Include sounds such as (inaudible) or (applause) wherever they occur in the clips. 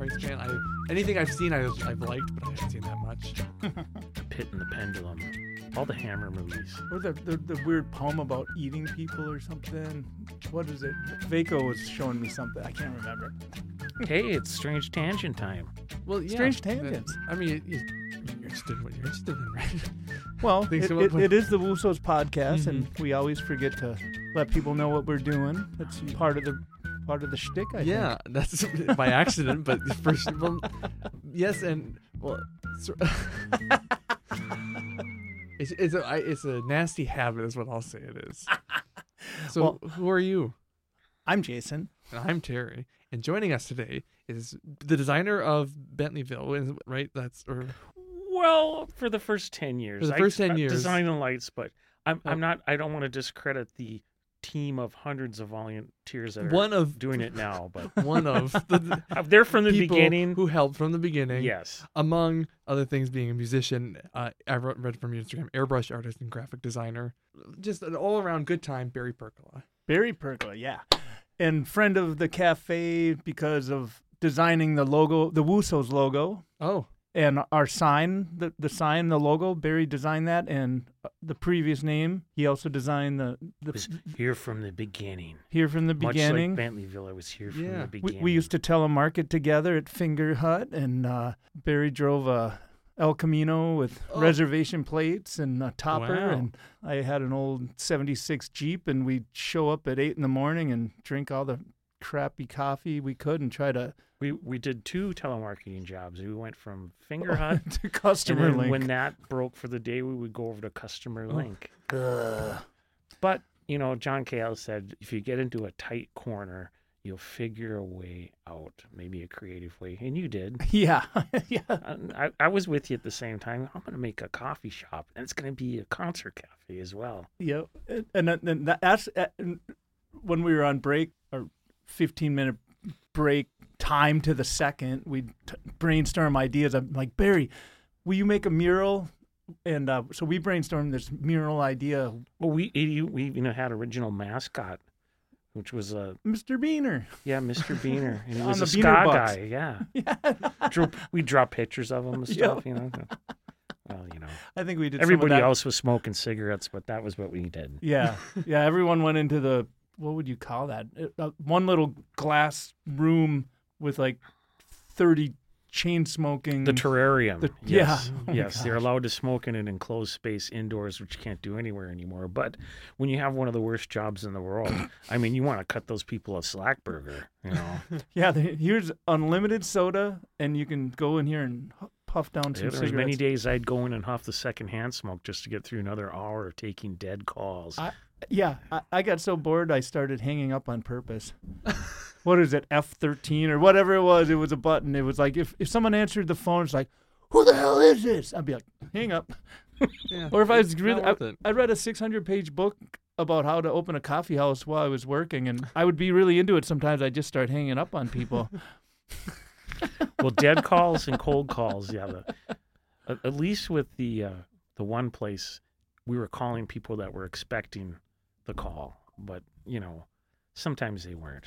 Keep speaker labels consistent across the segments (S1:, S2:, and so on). S1: I anything I've seen I've, I've liked, but I haven't seen that much.
S2: The Pit and the Pendulum, all the Hammer movies.
S1: Or the, the the weird poem about eating people or something. What is it? Vaco was showing me something. I can't remember.
S2: Hey, it's Strange Tangent time.
S1: Well, yeah.
S3: Strange
S1: that-
S3: tangents.
S1: I mean, it, it, you're interested in what you're interested in, right? (laughs)
S3: Well,
S1: Think
S3: it,
S1: so,
S3: it,
S1: but- Mm-hmm.
S3: it is the Wusos podcast, and we always forget to let people know what we're doing. That's part of the part of the shtick. I
S1: yeah, that's (laughs) by accident, but first of all, yes, and well, it's (laughs) it's, it's, a, I, it's a nasty habit, is what I'll say it (laughs) is. So, who are you?
S3: I'm Jason.
S1: And I'm Terry, and joining us today is the designer of Bentleyville, is- right? That's or
S2: Well, for the first ten years,
S1: For the first 10
S2: I,
S1: years.
S2: design and lights. But I'm,
S1: Oh.
S2: I'm not. I don't want to discredit the team of hundreds of volunteers that are
S1: one of
S2: doing
S1: (laughs)
S2: it now. But
S1: one of (laughs) the
S2: uh, they're from the
S1: people
S2: beginning.
S1: who helped from the beginning.
S2: yes,
S1: among other things, being a musician, uh, I wrote, read from your Instagram, airbrush artist and graphic designer. Just an all around good time, Barry Percola.
S3: Barry Pergola, yeah. And friend of the cafe because of designing the logo, the Wusos logo,
S1: Oh,
S3: and our sign, the, the sign, the logo. Barry designed that, and uh, the previous name. He also designed the, the
S2: was here from the beginning.
S3: here from the beginning.
S2: Much like Bentleyville, I was here from
S1: Yeah.
S2: the
S1: We-
S3: we,
S2: beginning.
S3: we used to telemarket together at Finger Hut, and uh, Barry drove a El Camino with
S1: Oh.
S3: reservation plates and a topper.
S1: Wow.
S3: And I had an old 76 Jeep, and we'd show up at 8 in the morning and drink all the crappy coffee we could and try to,
S2: we we did two telemarketing jobs. We went from
S1: (laughs)
S2: Finger Hut.
S3: (laughs) to
S2: And
S3: customer
S2: then
S3: link.
S2: when that broke for the day, we would go over to customer
S1: Oh.
S2: link.
S3: Ugh.
S2: But you know, John Cale said if you get into a tight corner, you'll figure a way out, maybe a creative way, and you
S3: (laughs)
S2: did.
S3: (laughs) Yeah. yeah.
S2: And I, I was with you at the same time. I'm going to make a coffee shop, and it's going to be a concert cafe as well.
S3: Yep. And- And then then that- that's uh, and when we were on break, our 15 minute break, time to the second, we t- brainstorm ideas. I'm like, Barry, will you make a mural? And uh, so we brainstormed this mural idea,
S2: Well, we you- we even had original mascot, which was a
S3: Mr. Beaner.
S2: yeah, Mr.
S3: (laughs)
S2: Beaner, and he
S3: On
S2: was
S3: the
S2: a ska
S3: Beaner box.
S2: guy.
S3: (laughs)
S2: Yeah, Drew, we draw pictures of him and
S3: Yeah.
S2: stuff. You know, well, you know.
S3: I think we did some of
S2: Everybody
S3: that.
S2: else was smoking cigarettes, but that was what we did. (laughs)
S3: Yeah. Yeah. Everyone went into the, what would you call that? It- uh, one little glass room with like 30 chain smoking.
S2: The terrarium.
S3: Mm. The-
S2: yes.
S3: yeah. Oh my
S2: yes. They're allowed to smoke in an enclosed space indoors, which you can't do anywhere anymore. But when you have one of the worst jobs in the world, I mean, you want to cut those people a slack burger, you know?
S3: Yeah, the, here's unlimited soda, and you can go in here and hu- puff down (laughs) some
S2: There was
S3: cigarettes.
S2: many days I'd go in and huff the secondhand smoke just to get through another hour of taking dead calls.
S3: I- yeah, I, I got so bored I started hanging up on (laughs) purpose. what is it, F thirteen or whatever it was? It was a button. It was like if, if someone answered the phone, it's like, who the hell is this? I'd be like, hang up.
S1: yeah.
S3: (laughs) Or if I was
S1: It's
S3: really,
S1: not
S3: I,
S1: worth it.
S3: I read a six hundred page book about how to open a coffee house while I was working, and I would be really into it. Sometimes I just start hanging up on people.
S2: well, dead calls and cold calls. Yeah, the, at, at least with the uh, the one place we were calling people that were expecting the call, but you know, sometimes they weren't.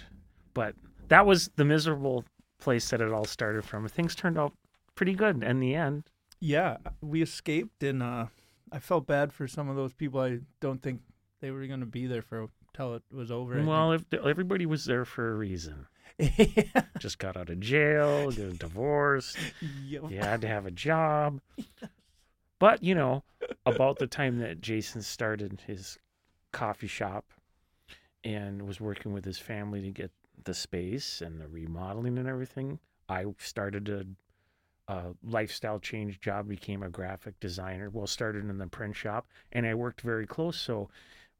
S2: But that was the miserable place that it all started from. Things turned out pretty good in the end.
S3: yeah, we escaped, and uh, I felt bad for some of those people. I don't think they were going to be there for till it was over. I
S2: Well, if, everybody was there for a reason.
S3: think.
S2: Just got out of jail, got divorced.
S3: (laughs) Yup.
S2: you had to have a job. But you know, about the time that Jason started his coffee shop and was working with his family to get the space and the remodeling and everything, I started a, a lifestyle change job, became a graphic designer. Well, started in the print shop, and I worked very close. So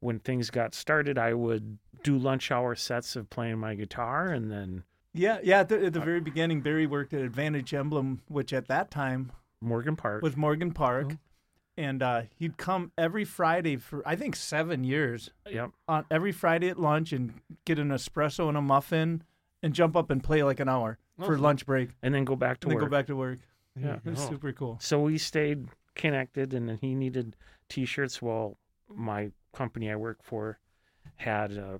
S2: when things got started, I would do lunch hour sets of playing my guitar, and then
S3: yeah, yeah. At the, at the very beginning, Barry worked at Advantage Emblem, which at that time
S2: Morgan Park.
S3: was Morgan Park,
S1: Oh.
S3: and uh, he'd come every Friday for I think seven years.
S2: Yep.
S3: On every Friday at lunch, and get an espresso and a muffin, and jump up and play like an hour for
S1: Oh.
S3: lunch break,
S2: And then go back to
S3: and then
S2: work.
S3: go back to work.
S1: There
S2: yeah,
S1: you
S3: It was
S1: go.
S3: super cool.
S2: So we stayed connected, and then he needed T-shirts. Well, my company I work for had, uh,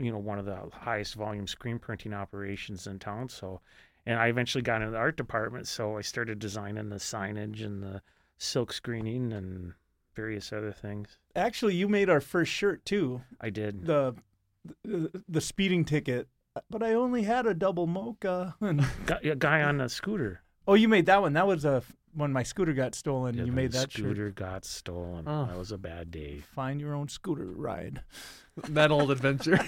S2: you know, one of the highest volume screen printing operations in town. So And I eventually got into the art department, so I started designing the signage and the silk screening and various other things.
S3: Actually, you made our first shirt too.
S2: I did.
S3: The the, the speeding ticket, but I only had a double mocha. And,
S2: Gu- a guy on a scooter.
S3: (laughs) oh, you made that one. That was a when my scooter got stolen.
S2: Yeah, the
S3: you made that shirt.
S2: scooter got stolen.
S1: Oh.
S2: That was a bad day.
S3: Find your own scooter ride.
S2: Oh,
S1: that old
S3: (laughs)
S1: adventure.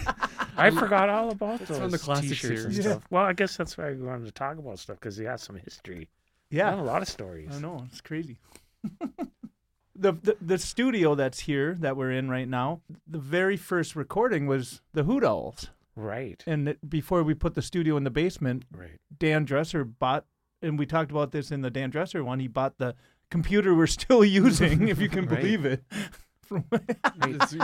S2: I
S3: Um,
S2: forgot all about those
S1: from the classic
S2: t-shirts and
S1: series.
S3: Yeah.
S2: stuff. Well, I guess that's why we wanted to talk about stuff because he has some history.
S3: Yeah,
S2: Not a lot of stories.
S3: I know it's crazy. (laughs) the, the the studio that's here that we're in right now. The very first recording was the Hoot Owls,
S2: Right.
S3: and it- before we put the studio in the basement,
S2: Right.
S3: Dan Dresser bought, and we talked about this in the Dan Dresser one. He bought the computer we're still (laughs) using, if you can
S2: Right.
S3: believe it, (laughs) from
S1: Just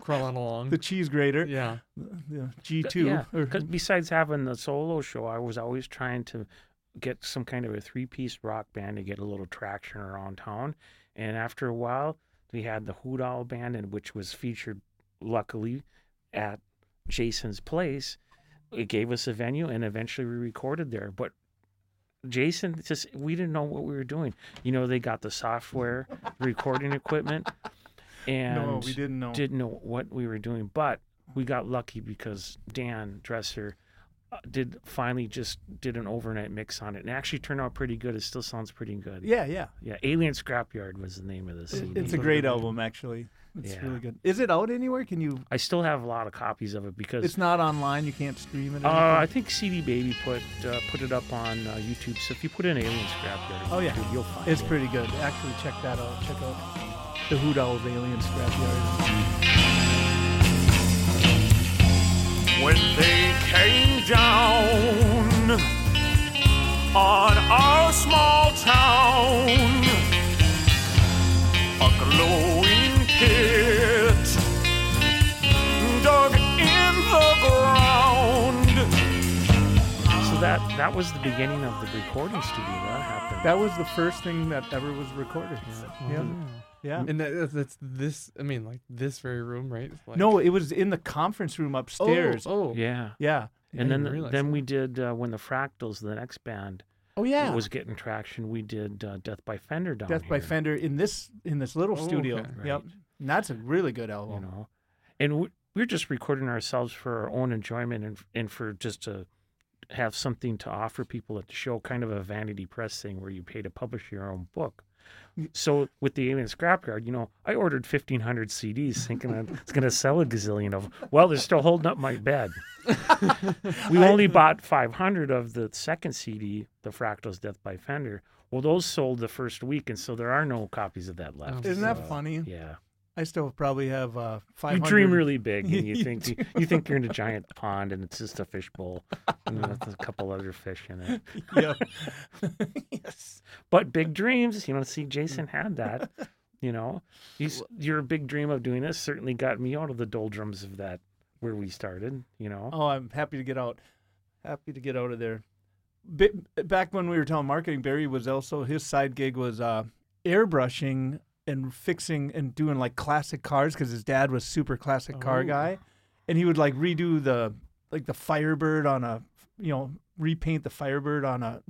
S1: crawling along.
S3: the cheese grater,
S1: (laughs) Yeah.
S3: the G two.
S2: Yeah.
S3: (laughs) or-
S2: Because besides having the solo show, I was always trying to get some kind of a three-piece rock band to get a little traction around town. And after a while, we had the Hoot Owl band, and which was featured luckily at Jason's place. It gave us a venue, and eventually we recorded there. But Jason just we didn't know what we were doing. You know, they got the software, recording equipment, and
S3: no, we didn't know.
S2: didn't know what we were doing, but we got lucky because Dan Dresser uh, did finally just did an overnight mix on it, and it actually turned out pretty good. It still sounds pretty good.
S3: yeah, yeah.
S2: Yeah, Alien Scrapyard was the name of the
S3: It-
S2: CD.
S3: It's a great album, actually. It's
S2: Yeah.
S3: really good. Is it out anywhere? Can you?
S2: I still have a lot of copies of it because
S3: It's not online. You can't stream it. or
S2: uh, I
S3: anything?
S2: think CD Baby put uh, put it up on uh, YouTube. So if you put in Alien Scrapyard, on
S3: Oh, yeah.
S2: YouTube, you'll find
S3: it's
S2: it.
S3: pretty good. Actually, check that out. Check out the Hoot Owls Alien Scrapyard.
S4: when they came down on our small town. A glowing pit dug in the ground.
S2: So that that was the beginning of the recording studio. That happened.
S3: That was the first thing that ever was recorded. Yeah, yeah.
S1: And that, that's- that's this. I mean, like this very room, right? It's like,
S3: No, it was in the conference room
S1: Oh,
S3: upstairs.
S1: Oh,
S2: yeah.
S3: Yeah.
S2: And
S1: didn't
S2: then
S1: realize
S2: then we did uh, when the Fractals, the next band,
S3: Oh yeah.
S2: it was getting traction. We did uh, Death by Fender down
S3: Death by
S2: here,
S3: Fender in this in this little
S1: Oh,
S3: studio.
S1: okay.
S3: Yep.
S2: Right.
S3: And that's a really good album.
S2: You know, and we, we're just recording ourselves for our own enjoyment and and for just to have something to offer people at the show, kind of a vanity press thing where you pay to publish your own book. So with the Alien Scrapyard, you know, I ordered fifteen hundred CDs, thinking I
S3: (laughs)
S2: was going to sell a gazillion of them. Well, they're still holding up my bed. we only bought five hundred of the second CD, the Fractals Death by Fender. Well, those sold the first week, and so there are no copies of that left.
S1: Oh.
S3: Isn't
S2: So,
S3: that funny?
S2: uh, Yeah.
S3: I still probably have uh,
S2: You
S3: 500.
S2: dream
S3: (laughs)
S2: really big, and you,
S3: You
S2: think you, you think you're in a giant pond, and it's just a fishbowl and with a couple other fish in it.
S3: Yep. yes.
S2: But big dreams, you know. See, Jason had that. You know, He's, your big dream of doing this certainly got me out of the doldrums of that where we started. You know,
S3: Oh, I'm happy to get out. Happy to get out of there. Bi back when we were telling marketing, Barry was also his side gig was uh, airbrushing and fixing and doing like classic cars because his dad was super classic car
S1: Oh.
S3: guy, and he would like redo the like the Firebird on a you know repaint the Firebird on a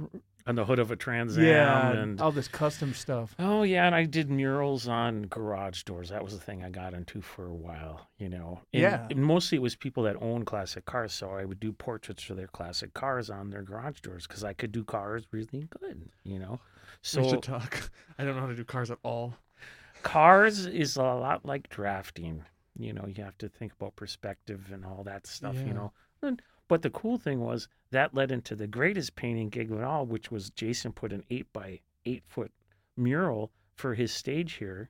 S2: on the hood of a Trans Am,
S3: yeah
S2: and
S3: all this custom stuff.
S2: Oh yeah, and I did murals on garage doors. That was the thing I got into for a while, you know. And,
S3: Yeah.
S2: and mostly it was people that own classic cars, so I would do portraits for their classic cars on their garage doors because I could do cars really good, you know.
S1: We
S2: So
S1: should talk. (laughs) I don't know how to do cars at all.
S2: cars is a lot like drafting. You know, you have to think about perspective and all that stuff,
S1: Yeah.
S2: you know. And, but the cool thing was that led into the greatest painting gig of all, which was Jason put an eight by eight foot mural for his stage here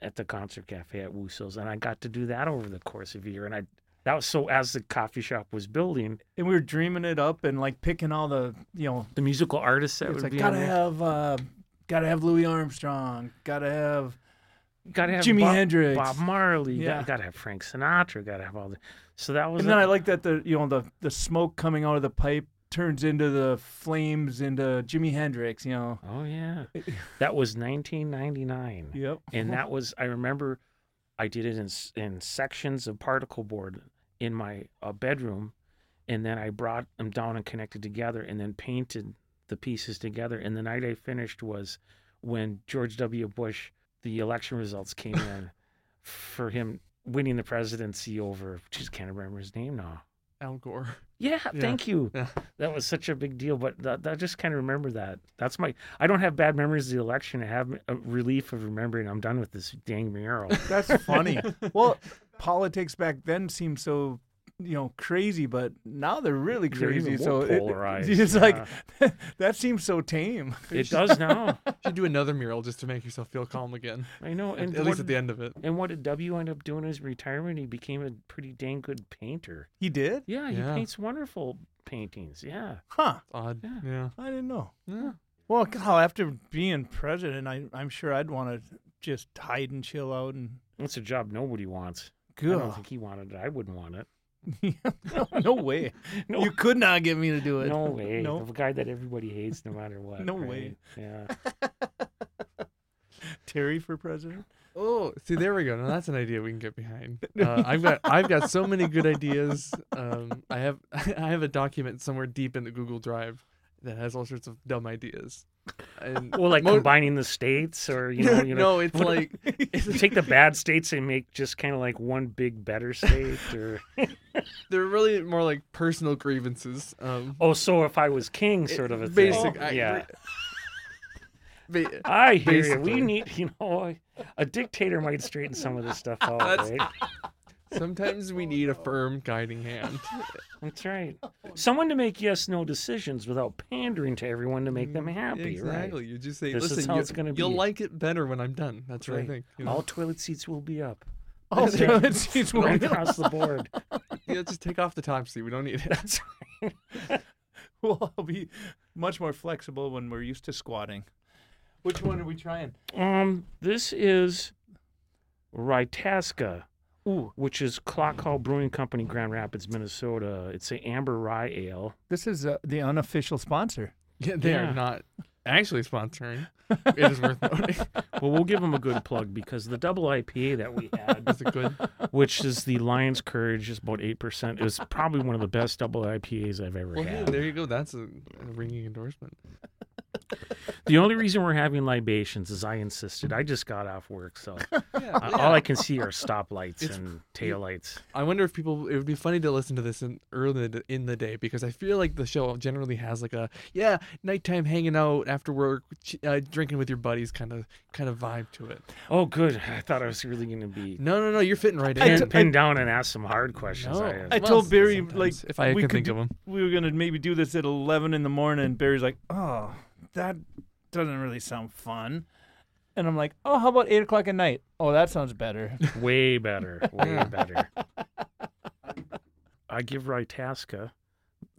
S2: at the concert cafe at Wuso's. And I got to do that over the course of a year. And I that was so as the coffee shop was building,
S3: And we were dreaming it up and like picking all the you know
S2: the musical artists that
S3: it's
S2: would
S3: like
S2: be
S3: gotta
S2: on there-
S3: have uh, gotta have Louis Armstrong, gotta have
S2: gotta have
S3: Jimi
S2: Bob,
S3: Hendrix.
S2: Bob Marley,
S3: Yeah.
S2: gotta, gotta have Frank Sinatra, gotta have all the so that was
S3: And
S2: a-
S3: then I like that the you know the the smoke coming out of the pipe turns into the flames into Jimi Hendrix. You know.
S2: Oh yeah, that was 1999,
S3: Yep.
S2: and that was I remember I did it in s- in sections of particle board in my uh, bedroom, and then I brought them down and connected together, and then painted the pieces together. And the night I finished was when George W. Bush, the election results came in for him winning the presidency over. Just can't remember his name now.
S1: Al Gore.
S2: Yeah,
S1: Yeah.
S2: thank you.
S1: Yeah.
S2: That was such a big deal, but that, that- I just kind of remember that. That's my. I don't have bad memories of the election. I have a relief of remembering I'm done with this
S1: (laughs)
S2: dang mural.
S3: That's (laughs) funny. well, politics back then seemed so you know crazy, but now they're really
S2: They're
S3: crazy.
S2: even
S3: so
S2: more
S3: it- it-
S2: polarized,
S3: (laughs) it's
S2: yeah.
S3: like that seems so tame.
S2: it does now.
S1: should do another mural just to make yourself feel calm again.
S2: I know.
S1: At,
S2: And
S1: at least at
S2: what-
S1: the end of it.
S2: And what did W end up doing in his retirement? He became a pretty dang good painter.
S3: He did?
S2: Yeah, he
S1: Yeah.
S2: paints wonderful paintings. Yeah.
S3: Huh?
S1: It's odd.
S2: Yeah.
S1: Yeah.
S3: I didn't know.
S1: Yeah.
S3: Well, God, after being president, I, I'm sure I'd want to just hide and chill out and
S2: That's a job nobody wants. I
S3: go.
S2: don't think he wanted it. I wouldn't want it.
S3: no, (laughs) no way.
S2: No.
S3: You could not get me to do it.
S2: No
S1: (laughs)
S2: way.
S3: No.
S2: The guy that everybody hates no matter what.
S3: No
S2: right?
S3: way.
S1: (laughs)
S2: Yeah.
S3: Terry for president.
S1: Oh, see, there we go. Now that's an idea we can get (laughs) behind. Uh, I've got I've got so many good ideas. Um, I have (laughs) I have a document somewhere deep in the Google Drive that has all sorts of dumb ideas. And
S2: (laughs) Well, like
S1: mo-
S2: combining the states
S1: (laughs)
S2: or, you know, you know.
S1: no, it's
S2: what-
S1: like
S2: (laughs) Take the bad states and make just kind of like one big better state, or
S1: (laughs) they're really more like personal grievances. Um,
S2: oh, so if I was king, sort of a thing. Oh,
S1: basic. I-
S2: yeah.
S1: (laughs) ba-
S2: I hear you. We
S1: Basically.
S2: need, you know, a dictator might straighten some of this stuff out,
S1: That's-
S2: right?
S1: sometimes we need a firm guiding hand.
S2: That's right. Someone to make yes no decisions without pandering to everyone to make them
S1: Mm,
S2: happy,
S1: Exactly.
S2: right?
S1: You just say,
S2: This is
S1: listen,
S2: how
S1: you,
S2: it's gonna
S1: you'll
S2: be."
S1: like it better when I'm done. That's,
S2: That's
S1: what
S2: right.
S1: I think. you know?
S2: All toilet seats will be
S1: (laughs)
S2: up.
S3: (laughs) Oh,
S2: That's right.
S3: it seems
S2: Right
S3: weird.
S2: across the board.
S1: yeah, just take off the top seat. We don't need it. (laughs)
S2: That's
S3: (laughs) we'll all be much more flexible when we're used to squatting. Which one are we trying?
S2: um this is Rytasca,
S3: Ooh,
S2: which is Clock Hall Brewing Company, Grand Rapids, Minnesota. It's a amber rye ale.
S3: this is uh, the unofficial sponsor.
S1: Yeah, they
S2: Yeah.
S1: are not actually sponsoring.
S3: (laughs)
S1: It is worth noting. (laughs)
S2: Well, we'll give them a good plug because the double IPA that we had
S1: That's a (laughs) good.
S2: which is the Lion's Courage, is about eight percent. It was probably one of the best double IPAs I've ever
S1: Well, hey,
S2: had.
S1: there you go. That's a, a ringing endorsement.
S2: The only reason we're having libations is I insisted. I just got off work, so
S1: (laughs) Yeah,
S2: uh, all I can see are stoplights
S1: It's-
S2: and taillights.
S1: I wonder if people. It would be funny to listen to this in early in the- in the day because I feel like the show generally has like a yeah nighttime hanging out after work, ch- uh, drinking with your buddies kind of kind of vibe to it.
S2: Oh, good. I thought I was really going to be
S1: No, no, no. You're fitting right
S2: pin,
S1: in.
S2: pinned down and ask some hard questions.
S1: No.
S2: I am.
S3: I
S1: Well,
S3: told Barry
S1: sometimes,
S3: like
S1: if I
S3: we
S1: can
S3: could
S1: think
S3: do-
S1: of 'em.
S3: we were gonna maybe do this at eleven in the morning. and Barry's like, oh, that doesn't really sound fun. And I'm like, oh, how about eight o'clock at night? Oh, that sounds better.
S2: Way better. Way
S3: Hmm.
S2: better. I give Rytasca,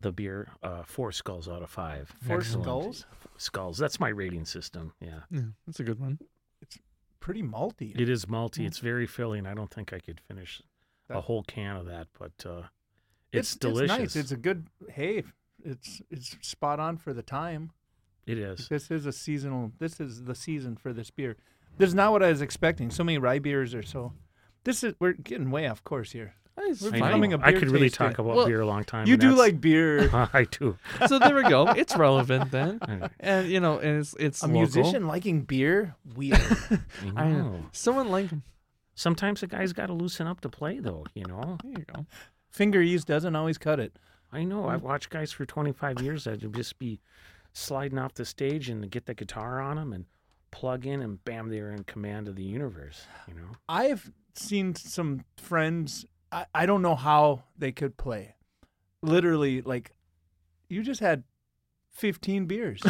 S2: the beer, uh, four skulls out of five.
S3: Four
S2: Excellent.
S3: skulls,
S2: Skulls. That's my rating system. Yeah.
S1: Yeah, that's a good one.
S3: (laughs) pretty malty.
S2: It is malty. It's very filling. I don't think I could finish a
S3: Hmm. That-
S2: whole can of that, but uh, it's, delicious.
S3: It's nice. It's a good hey. It's it's spot on for the time.
S2: It is.
S3: This is a seasonal. This is the season for this beer. This is not what I was expecting. So many rye beers are so. This is we're getting way off course here.
S1: We're
S2: I,
S3: fine.
S2: know.
S1: finding
S3: becoming a
S2: I
S3: beer
S2: could really
S3: taster.
S2: talk about
S1: Well,
S2: beer a long time.
S3: you
S2: and
S3: do
S2: that's- (laughs)
S3: like beer.
S2: I do.
S3: (laughs)
S1: so there we go. It's relevant then,
S2: Alright.
S1: and you know, and it's it's
S3: A
S1: local.
S3: musician liking beer, weird.
S2: I
S1: I
S2: know.
S1: Someone like him.
S2: Sometimes a guy's got to loosen up to play, though. You know.
S1: There you go.
S3: (laughs) Finger ease doesn't always cut it.
S2: I know.
S1: Mm.
S2: I've watched guys for 25 years that would just be sliding off the stage and get the guitar on them and plug in, and bam, they're in command of the universe. You know.
S3: I've seen some friends. I, I don't know how they could play. Literally, like you just had fifteen (laughs) beers,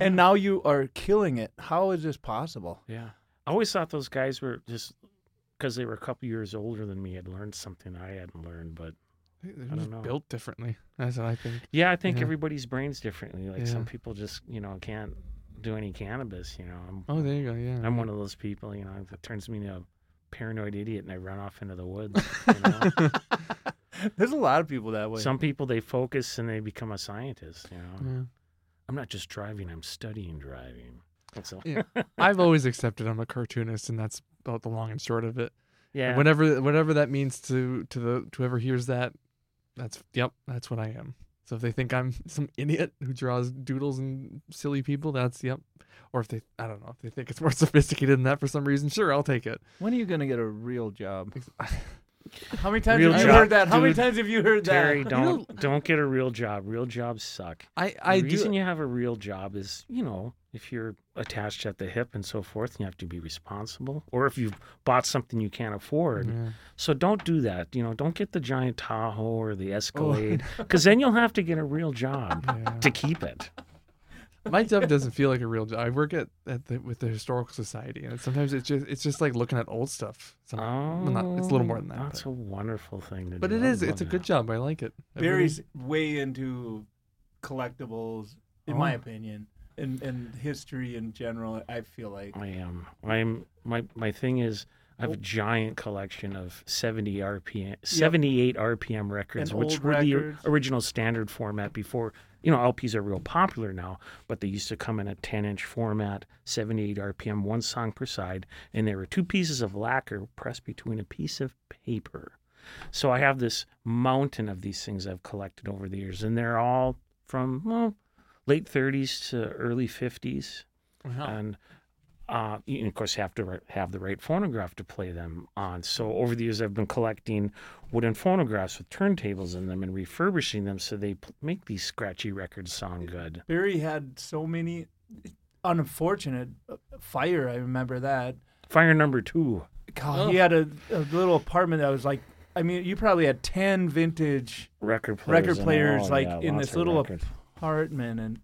S3: and now you are killing it. How is this possible?
S2: Yeah. I always thought those guys were just because they were a couple years older than me had learned something I hadn't learned. But
S1: They're
S2: don't
S1: just
S2: know.
S1: built differently. That's what I think.
S2: yeah, I think
S1: Yeah.
S2: everybody's brains differently. Like some
S1: Yeah.
S2: people just, you know, can't do any cannabis, you know. I'm
S1: Oh, there you go. Yeah.
S2: I'm one of those people, you know, that turns me into a paranoid idiot and I run off into
S1: (laughs)
S2: the woods. You know?
S3: There's a lot of people that way.
S2: some people they focus and they become a scientist, you know.
S1: Yeah.
S2: I'm not just driving, I'm studying driving. That's all.
S1: Yeah. I've always accepted I'm a cartoonist, and that's about the long and short of it.
S2: Yeah.
S1: Whenever, whatever that means to to the to whoever hears that, That's yep. That's what I am. So if they think I'm (laughs) some idiot who draws doodles and silly people, that's yep. Or if they, I don't know, if they think it's more (laughs) sophisticated than that for some reason, sure, I'll take it.
S5: When are you gonna get a real job?
S3: (laughs) How many times
S2: Real
S3: have you
S2: job,
S3: heard that? How many
S2: dude.
S3: times have you
S1: (laughs)
S3: heard
S2: Terry,
S3: that?
S2: don't don't get a real job. Real jobs suck.
S1: I I
S2: the reason
S1: do.
S2: you have a real job is, you know, if you're attached at the hip and so forth, you have to be responsible. Or if you've bought something you can't afford.
S1: Yeah.
S2: So don't do that. You know, don't get the giant Tahoe or
S1: Oh.
S2: the Escalade, because then you'll have to get a real job
S1: Yeah.
S2: (laughs) to keep it.
S1: My job doesn't feel like a real job. I work at, at the, with the historical society, and sometimes it's just it's just like looking at old stuff. Some- (laughs)
S2: Oh,
S1: well, not, it's a little more than that.
S2: That's a wonderful thing to
S1: but
S2: do.
S1: it
S2: I
S1: is.
S2: love
S1: It's a
S2: that.
S1: good job. I like it. I really-
S3: Barry's way into collectibles, in my
S1: Oh.
S3: opinion, and and history in general. I feel like
S2: I am. I'm. My my thing is, I have a giant collection of 70 RPM, 78 RPM records,
S3: And
S2: which
S3: old
S2: were
S3: records.
S2: the or- original standard format before. You know, LPs are real popular now, but they used to come in a 10-inch format, 78 RPM, one song per side, and there were two pieces of lacquer pressed between a piece of paper. So I have this mountain of these things I've collected over the years, and they're all from well, late 30s to early 50s
S3: Oh.
S2: and uh, you of course have to ri- have the right phonograph to play them on. So over the years, I've been collecting wooden phonographs with turntables in them and refurbishing them so they p- make these scratchy records sound good.
S3: Barry had so many unfortunate uh, fire. I remember that.
S2: Fire number two.
S3: God, he had a, a little apartment that was like. I mean, you probably had ten vintage
S2: Record players.
S3: Record
S2: and
S3: players,
S2: all,
S3: like,
S2: yeah,
S3: in
S2: lots
S3: this
S2: of
S3: little
S2: records.
S3: apartment, and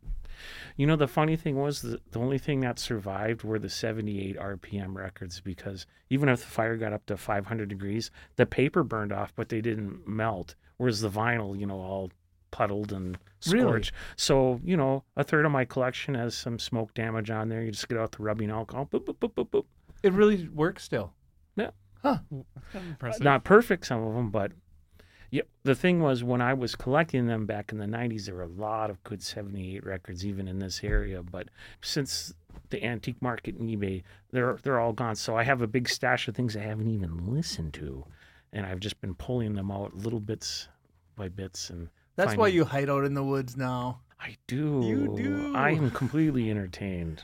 S2: You know, the funny thing was the, the only thing that survived were the 78 RPM records because even if the fire got up to 500 degrees, the paper burned off, but they didn't melt. Whereas the vinyl, you know, all puddled and
S3: Really?
S2: scorched. So, you know, a third of my collection has some smoke damage on there. You just get out the rubbing alcohol. Boop, boop, boop, boop, boop.
S3: it really works still. uh,
S1: impressive.
S2: Not perfect, some of them, but yeah, the thing was when I was collecting them back in the 90s, there were a lot of good 78 records, even in this area. But since the antique market and eBay, they're, they're all gone. So I have a big stash of things I haven't even listened to. And I've just been pulling them out little bits by bits. And
S3: That's why
S2: finding-
S3: you hide out in the woods now.
S2: I do.
S3: You do.
S2: I am completely entertained.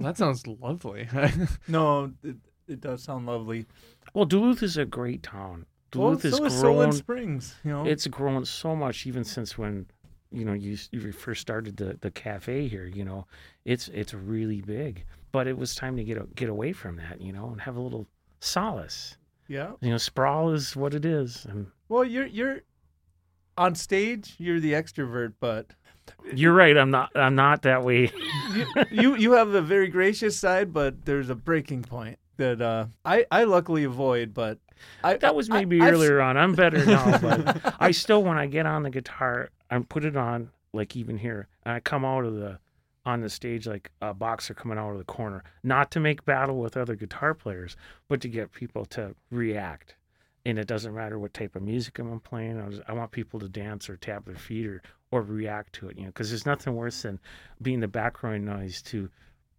S1: that sounds lovely. (laughs)
S3: No, it, it does sound lovely.
S2: Well, Duluth is a great town.
S3: Well,
S2: Duluth
S3: so
S2: is
S3: is
S2: grown
S3: Solon Springs. You know,
S2: it's grown so much even since when you know you, s- you first started the, the cafe here you know it's it's really big but it was time to get a, get away from that you know and have a little solace
S3: yeah.
S2: you know sprawl is what it is and
S3: Well, you're you're on stage. You're the extrovert,
S2: (laughs)
S3: but
S2: you're right i'm not i'm not that way
S3: you you have a very gracious side, but there's a breaking point that uh, I I luckily
S2: (laughs)
S3: avoid. But I
S2: that was
S3: I-
S2: maybe
S3: I've s-
S2: earlier on i'm better
S3: (laughs)
S2: now but i still when i get on the guitar and put it on like even here and i come out of the on the stage like a boxer coming out of the corner not to make battle with other guitar players but to get people to react and it doesn't matter what type of music I'm playing. I, just, I want people to dance or tap their feet or or react to it, you know, because there's nothing worse than being the background noise to,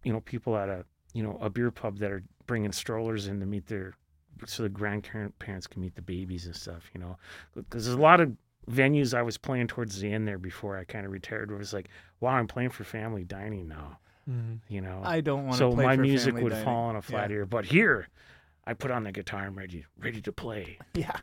S2: you know, people at a you know a beer pub that are bringing strollers in to meet their so the grandparents can meet the babies and stuff, you know, because there's a lot of venues I was playing towards the end there before I kind of retired where it was like, wow, I'm playing for family dining now,
S3: Mm-hmm.
S1: Mhm.
S2: you know
S3: I don't want to
S2: so
S3: play
S2: my
S3: for
S2: music
S3: family
S2: would
S3: dining.
S2: fall on a flat
S3: Yeah.
S2: ear. But here, I put on the guitar. I'm ready, ready to play.
S3: (laughs) Yeah.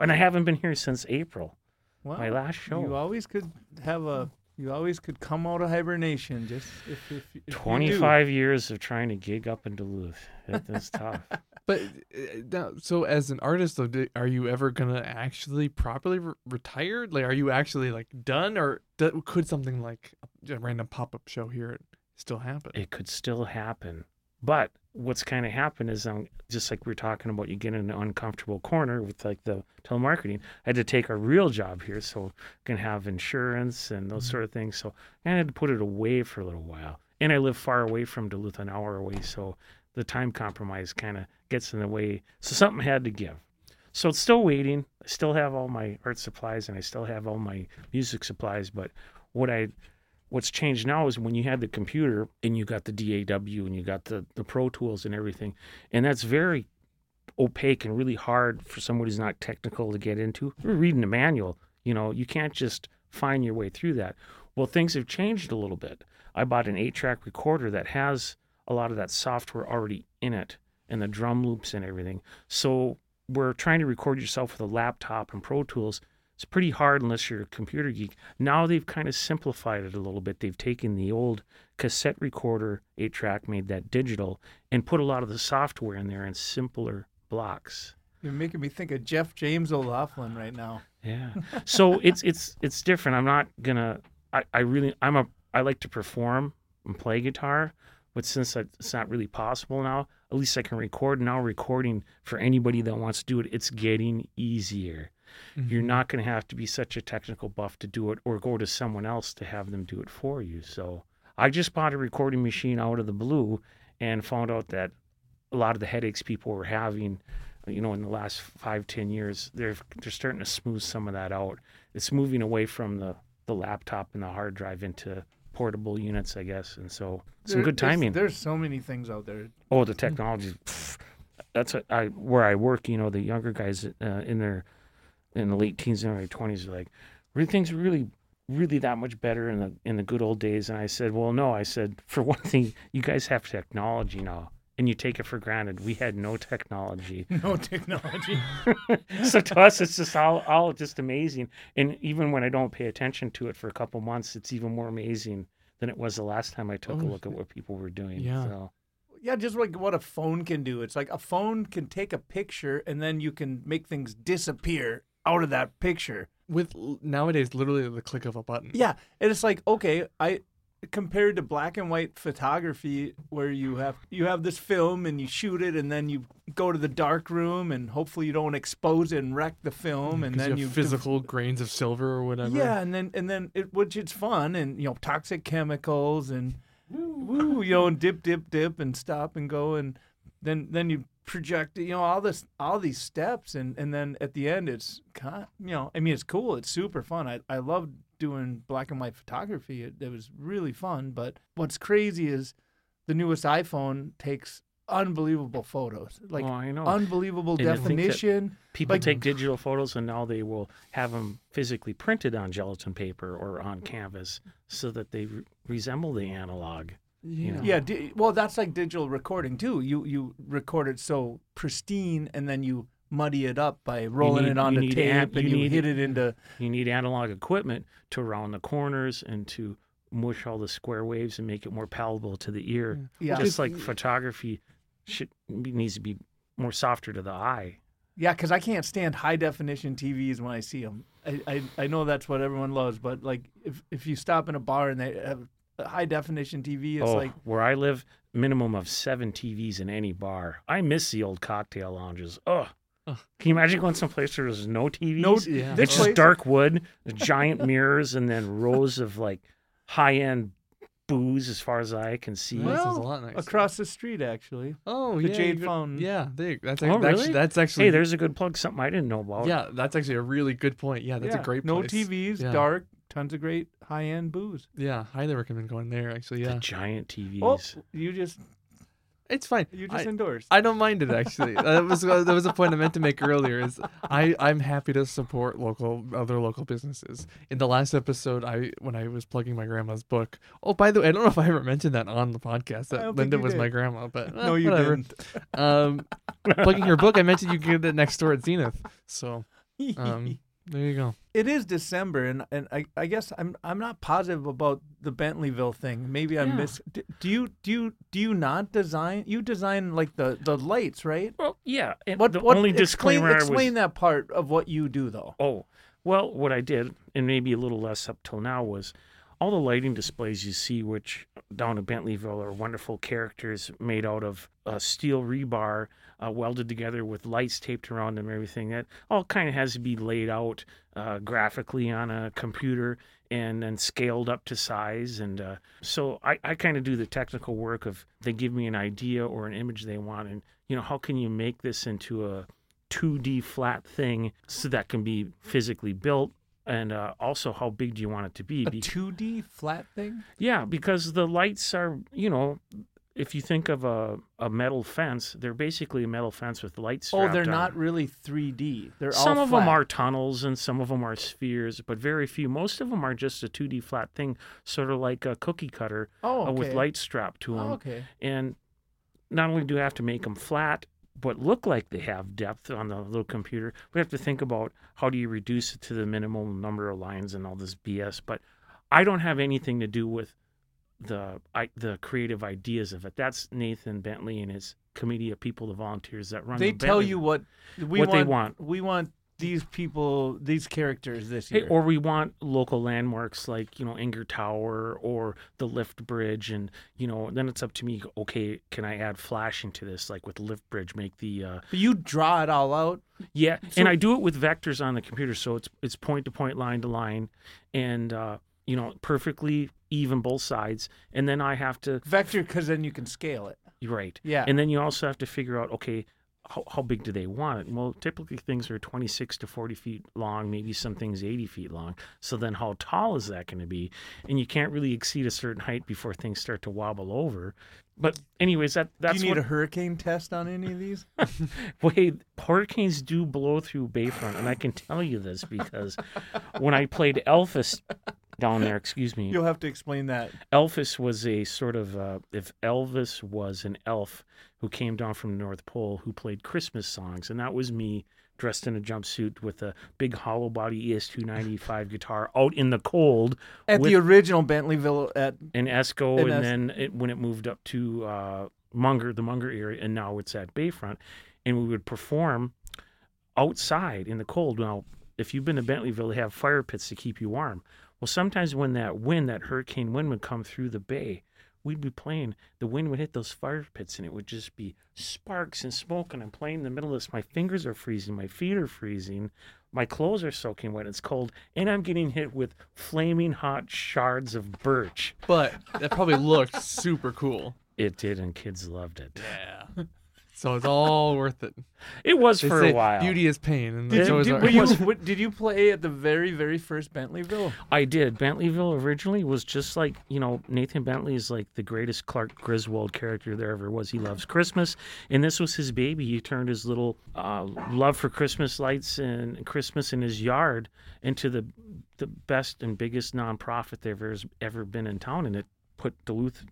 S2: and I haven't been here since April,
S3: Well,
S2: my last show.
S3: You always could have a. You always could come out of hibernation. Just if, if, if you do.
S2: 25 years of trying to gig up in Duluth. It, it's tough.
S1: but uh, now, so as an artist, though, do- are you ever gonna actually properly re- retire? Like, are you actually like done, or do, could something like a random pop up show here still happen?
S2: it could still happen. But what's kind of happened is um, just like we're talking about, you get in an uncomfortable corner with like the telemarketing. I had to take a real job here, so can have insurance and those sort of things. So I had to put it away for a little while. And I live far away from Duluth, an hour away, so the time compromise kind of gets in the way. So something had to give. So it's still waiting. I still have all my art supplies and I still have all my music supplies, but what I what's changed now is when you had the computer and you got the DAW and you got the, the Pro Tools and everything, and that's very opaque and really hard for someone who's not technical to get into. If you're reading a manual, You know, you can't just find your way through that. Well, things have changed a little bit. I bought an eight track recorder that has a lot of that software already in it and the drum loops and everything. So we're trying to record yourself with a laptop and Pro Tools. It's pretty hard unless you're a computer geek. Now they've kind of simplified it a little bit. They've taken the old cassette recorder, eight track, made that digital, and put a lot of the software in there in simpler blocks.
S3: You're making me think of Jeff James O'Laughlin right now.
S2: Yeah. (laughs) So it's it's it's different. I'm not gonna. I, I really I'm a I like to perform and play guitar, but since I, it's not really possible now, at least I can record now. Recording for anybody that wants to do it, it's getting easier. You're not gonna have to be such a technical buff to do it, or go to someone else to have them do it for you. So I just bought a recording machine out of the blue, and found out that a lot of the headaches people were having you know in the last five ten years they're they're starting to smooth some of that out it's moving away from the the laptop and the hard drive into portable units i guess and so some
S3: There-
S2: good
S3: there's-
S2: timing
S3: There's, so many things out there. (laughs)
S2: oh
S1: Mm-hmm.
S2: the technology pff, that's what i where i work you know the younger guys uh, in their in the late teens and early 20s are like "Re- things are really really that much better in the in the good old days and i said well no i said for one (laughs) thing you guys have technology now and you take it for granted we had no technology (laughs)
S3: No technology. (laughs)
S2: so to us, it's just all, all just amazing. And even when I don't pay attention to it for a couple months, it's even more amazing than it was the last time I took a
S1: Oh,
S2: look at what people were doing.
S1: yeah.
S2: So,
S3: yeah, just like what a phone can do. It's like a phone can take a picture and then you can make things disappear out of that picture.
S1: With l- nowadays, literally the click of a button.
S3: Yeah, and it's like okay, I compared to black and white photography where you have you have this film and you shoot it and then you go to the dark room and hopefully you don't expose it and wreck the film and
S1: Mm, 'Cause
S3: then
S1: you
S3: you
S1: have physical grains of silver or whatever.
S3: yeah, and then and then it which it's fun and you know toxic chemicals and woo, you know and dip dip dip and stop and go and then then you project it, you know all this all these steps and and then at the end it's kind you know I mean it's cool it's super fun I I love doing black and white photography it, it was really fun but what's crazy is the newest iPhone takes unbelievable photos like
S2: Oh, I know.
S3: unbelievable
S2: And to think that-
S3: definition.
S2: people
S3: Like-
S2: take digital photos and now they will have them physically printed on gelatin paper or on canvas so that they re- resemble the analog.
S1: Yeah.
S2: know.
S3: Yeah, di- well, that's like digital recording too. You you record it so pristine, and then you muddy it up by rolling
S2: need-
S3: it onto
S2: you need
S3: tape,
S2: amp-
S3: and
S2: you
S3: you
S2: need-
S3: hit it into.
S2: You need analog equipment to round the corners and to mush all the square waves and make it more palatable to the ear.
S3: Yeah,
S2: just like photography should be- needs to be more softer to the eye
S3: yeah, because I can't stand high definition TVs when I see them. I, I I know that's what everyone loves, but like if if you stop in a bar and they have a high definition TV, it's
S2: oh
S3: like
S2: where i live minimum of seven tvs in any bar i miss the old cocktail lounges Ugh.
S1: Ugh.
S2: Can you imagine going someplace where there's no TVs?
S3: no,
S1: yeah.
S3: this
S2: it's
S3: place,
S2: just dark wood, giant mirrors, and then rows of like high end booze as far as I can see.
S1: That sounds a
S3: Well,
S1: lot nicer.
S3: across the street actually.
S1: Oh,
S3: the
S1: yeah, you
S3: Jade
S1: could-
S3: Fountain.
S1: Yeah, there, that's,
S2: Oh,
S1: ac- that's,
S2: really?
S1: that's actually.
S2: hey, there's a good plug, something I didn't know about.
S1: Yeah, that's actually a really good point. Yeah, that's
S3: Yeah,
S1: a great
S3: No
S1: place.
S3: TVs,
S1: Yeah.
S3: dark, tons of great high end booze.
S1: Yeah, highly recommend going there. Actually,
S2: The
S1: yeah,
S2: giant TVs.
S3: Oh, you just
S1: it's fine.
S3: you
S1: I-
S3: just endorsed.
S1: I don't mind it actually. Uh, that was that was a point I meant to make earlier. Is I I'm happy to support local other local businesses. In the last episode, I when I was plugging my grandma's book. Oh, by the way, I don't know if I ever mentioned that on the podcast
S3: I
S1: that
S3: don't think
S1: Linda
S3: you
S1: was
S3: did.
S1: my grandma,
S3: (laughs)
S1: but eh,
S3: no, you
S1: whatever.
S3: didn't.
S1: Um, plugging her book, I mentioned you could get it next door at Zenith. So
S3: (laughs)
S1: um, there you go.
S3: it is December, and, and I, I guess I'm I'm not positive about the Bentleyville thing. Maybe I
S2: Yeah.
S3: miss. d- Do you do you do you not design? You design like the, the lights, right?
S2: Well, yeah. And
S3: What
S2: the
S3: what?
S2: only
S3: explain
S2: disclaimer I was-
S3: explain that part of what you do though.
S2: Oh, well, what I did, and maybe a little less up till now, was all the lighting displays you see, which down at Bentleyville are wonderful characters made out of uh, steel rebar uh, welded together with lights taped around them, and everything. That all kind of has to be laid out uh, graphically on a computer and then scaled up to size. And uh, so I, I kind of do the technical work of they give me an idea or an image they want, and you know how can you make this into a 2D flat thing so that can be physically built. And uh, also, how big do you want it to be?
S3: A
S2: Be-
S3: two D flat thing.
S2: yeah, because the lights are, you know, if you think of a, a metal fence, they're basically a metal fence with lights.
S3: Oh, they're not really 3D. They're
S2: some
S3: all
S2: of them
S3: flat.
S2: are uh, tunnels and some of them are spheres, but very few. Most of them are just a 2D flat thing, sort of like a cookie cutter
S3: Oh,
S2: uh, with
S3: okay.
S2: lights strapped to
S3: Oh,
S2: them.
S3: okay.
S2: And not only do we have to make them flat, but look like they have depth on the little computer, we have to think about how do you reduce it to the minimum number of lines and all this BS. But I don't have anything to do with the I, the creative ideas of it. That's Nathan Bentley and his committee of people, the volunteers that run.
S3: They
S2: the
S3: tell
S2: Bentley-
S3: you what we
S2: What
S3: want,
S2: they
S3: We want these people, these characters this
S2: Hey,
S3: year.
S2: or we want local landmarks like you know Inger Tower or the lift bridge, and you know then it's up to me. Okay, can I add flashing to this? Like with lift bridge, make the uh,
S3: But you draw it all out.
S2: Yeah,
S3: So-
S2: and I do it with vectors on the computer, so it's it's point to point, line to line, and uh, you know perfectly even both sides. And then I have to
S3: Vector, because then you can scale it.
S2: you're right,
S3: Yeah.
S2: and then you also have to figure out okay, how, how big do they want it? Well, typically things are 26 to 40 feet long, maybe some things 80 feet long. So then how tall is that going to be? And you can't really exceed a certain height before things start to wobble over. But anyways, that that's
S3: Do you need
S2: what
S3: a hurricane test on any of these?
S2: Well, hey, hurricanes do blow through Bayfront, and I can tell you this because when I played Elvis down there, excuse me,
S3: (laughs) You'll have to explain that.
S2: Elvis was a sort of uh, if Elvis was an elf who came down from the North Pole who played Christmas songs, and that was me dressed in a jumpsuit with a big hollow body E ES295 guitar out in the cold
S3: At
S2: with
S3: the original Bentley Villa at
S2: in Esco,
S3: In
S2: and,
S3: Es-
S2: then it, when it moved up to uh, Munger, the Munger area, and now it's at Bayfront, and we would perform outside in the cold. Now, if you've been to Bentleyville, they have fire pits to keep you warm. Well, sometimes when that wind, that hurricane wind, would come through the bay, we'd be playing. The wind would hit those fire pits, and it would just be sparks and smoke. And I'm playing in the middle of this. My fingers are freezing. My feet are freezing. My clothes are soaking wet. It's cold, and I'm getting hit with flaming hot shards of birch.
S1: But that probably looked super cool.
S2: It did, and kids loved it.
S1: Yeah. So it's all worth it.
S2: It was
S1: They
S2: for
S1: say
S2: a while.
S1: Beauty is pain. And
S3: Did
S1: that's
S3: you,
S1: always
S3: did,
S1: our-
S3: were
S1: (laughs)
S3: you- (laughs) what- did you play at the very, very first Bentleyville?
S2: I did. Bentleyville originally was just like, you know, Nathan Bentley is like the greatest Clark Griswold character there ever was. He loves Christmas, and this was his baby. He turned his little uh, love for Christmas lights and Christmas in his yard into the the best and biggest nonprofit there ever ever been in town, and it put Duluth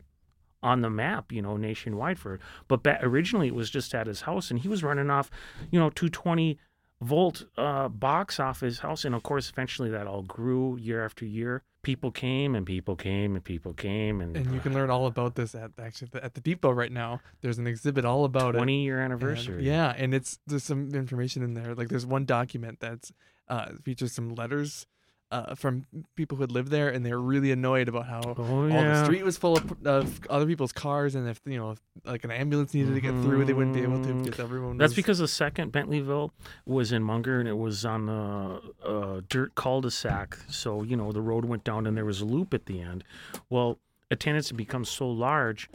S2: on the map, you know, nationwide for it. But ba- originally it was just at his house, and he was running off, you know, 220 volt uh, box off his house. And of course, eventually that all grew year after year. People came and people came and people came, and,
S1: and you can learn all about this at actually at the, at the depot right now. There's an exhibit all about it.
S2: 20 year
S1: And-
S2: anniversary.
S1: yeah, and it's there's some information in there. Like there's one document that's uh, features some letters uh, from people who had lived there, and they were really annoyed about how all
S2: Oh,
S1: the
S2: yeah.
S1: street was full of, of other people's cars, and if you know if, like an ambulance needed to get through, they wouldn't be able to
S2: Mhm.
S1: because everyone.
S2: That's
S1: was-
S2: because the second Bentleyville was in Munger and it was on a, a dirt cul-de-sac. So, you know, the road went down and there was a loop at the end. Well, attendance had become so large,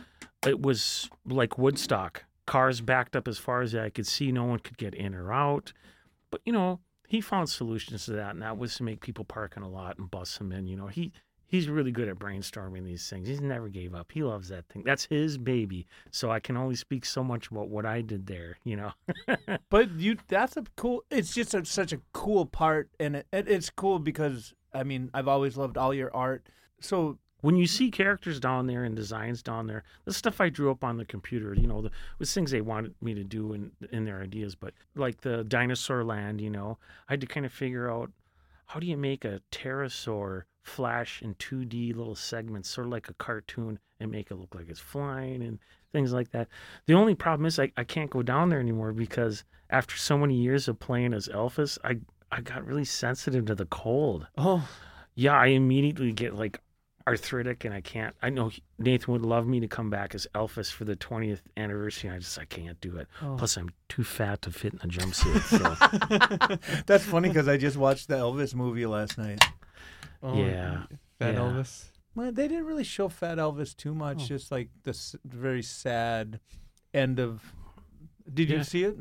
S2: it was like Woodstock. Cars backed up as far as I could see. No one could get in or out. But, you know, he found solutions to that, and that was to make people park on a lot and bus them in. You know, he he's really good at brainstorming these things. He's never gave up. He loves that thing. That's his baby. So I can only speak so much about what I did there. You know,
S3: But you, that's a cool. It's just a, such a cool part, and it, it, it's cool because I mean I've always loved all your art. So
S2: when you see characters down there and designs down there, the stuff I drew up on the computer, you know, the, was things they wanted me to do in in their ideas. But like the dinosaur land, you know, I had to kind of figure out how do you make a pterosaur flash in 2D little segments, sort of like a cartoon, and make it look like it's flying and things like that. The only problem is I, I can't go down there anymore because after so many years of playing as Elphus, I, I got really sensitive to the cold.
S1: oh,
S2: Yeah, I immediately get like arthritic and I can't. I know he- Nathan would love me to come back as Elphus for the 20th anniversary. And I just, I can't do it.
S1: Oh.
S2: Plus, I'm too fat to fit in a jumpsuit.
S3: (laughs)
S2: So,
S3: (laughs) that's funny because I just watched the Elvis movie last night.
S1: (laughs) oh,
S2: (laughs) Yeah,
S1: that
S2: yeah.
S1: Elvis.
S3: Well, they didn't really show Fat Elvis too much, just like the s- very sad end of. Did
S2: Yeah.
S3: you see it?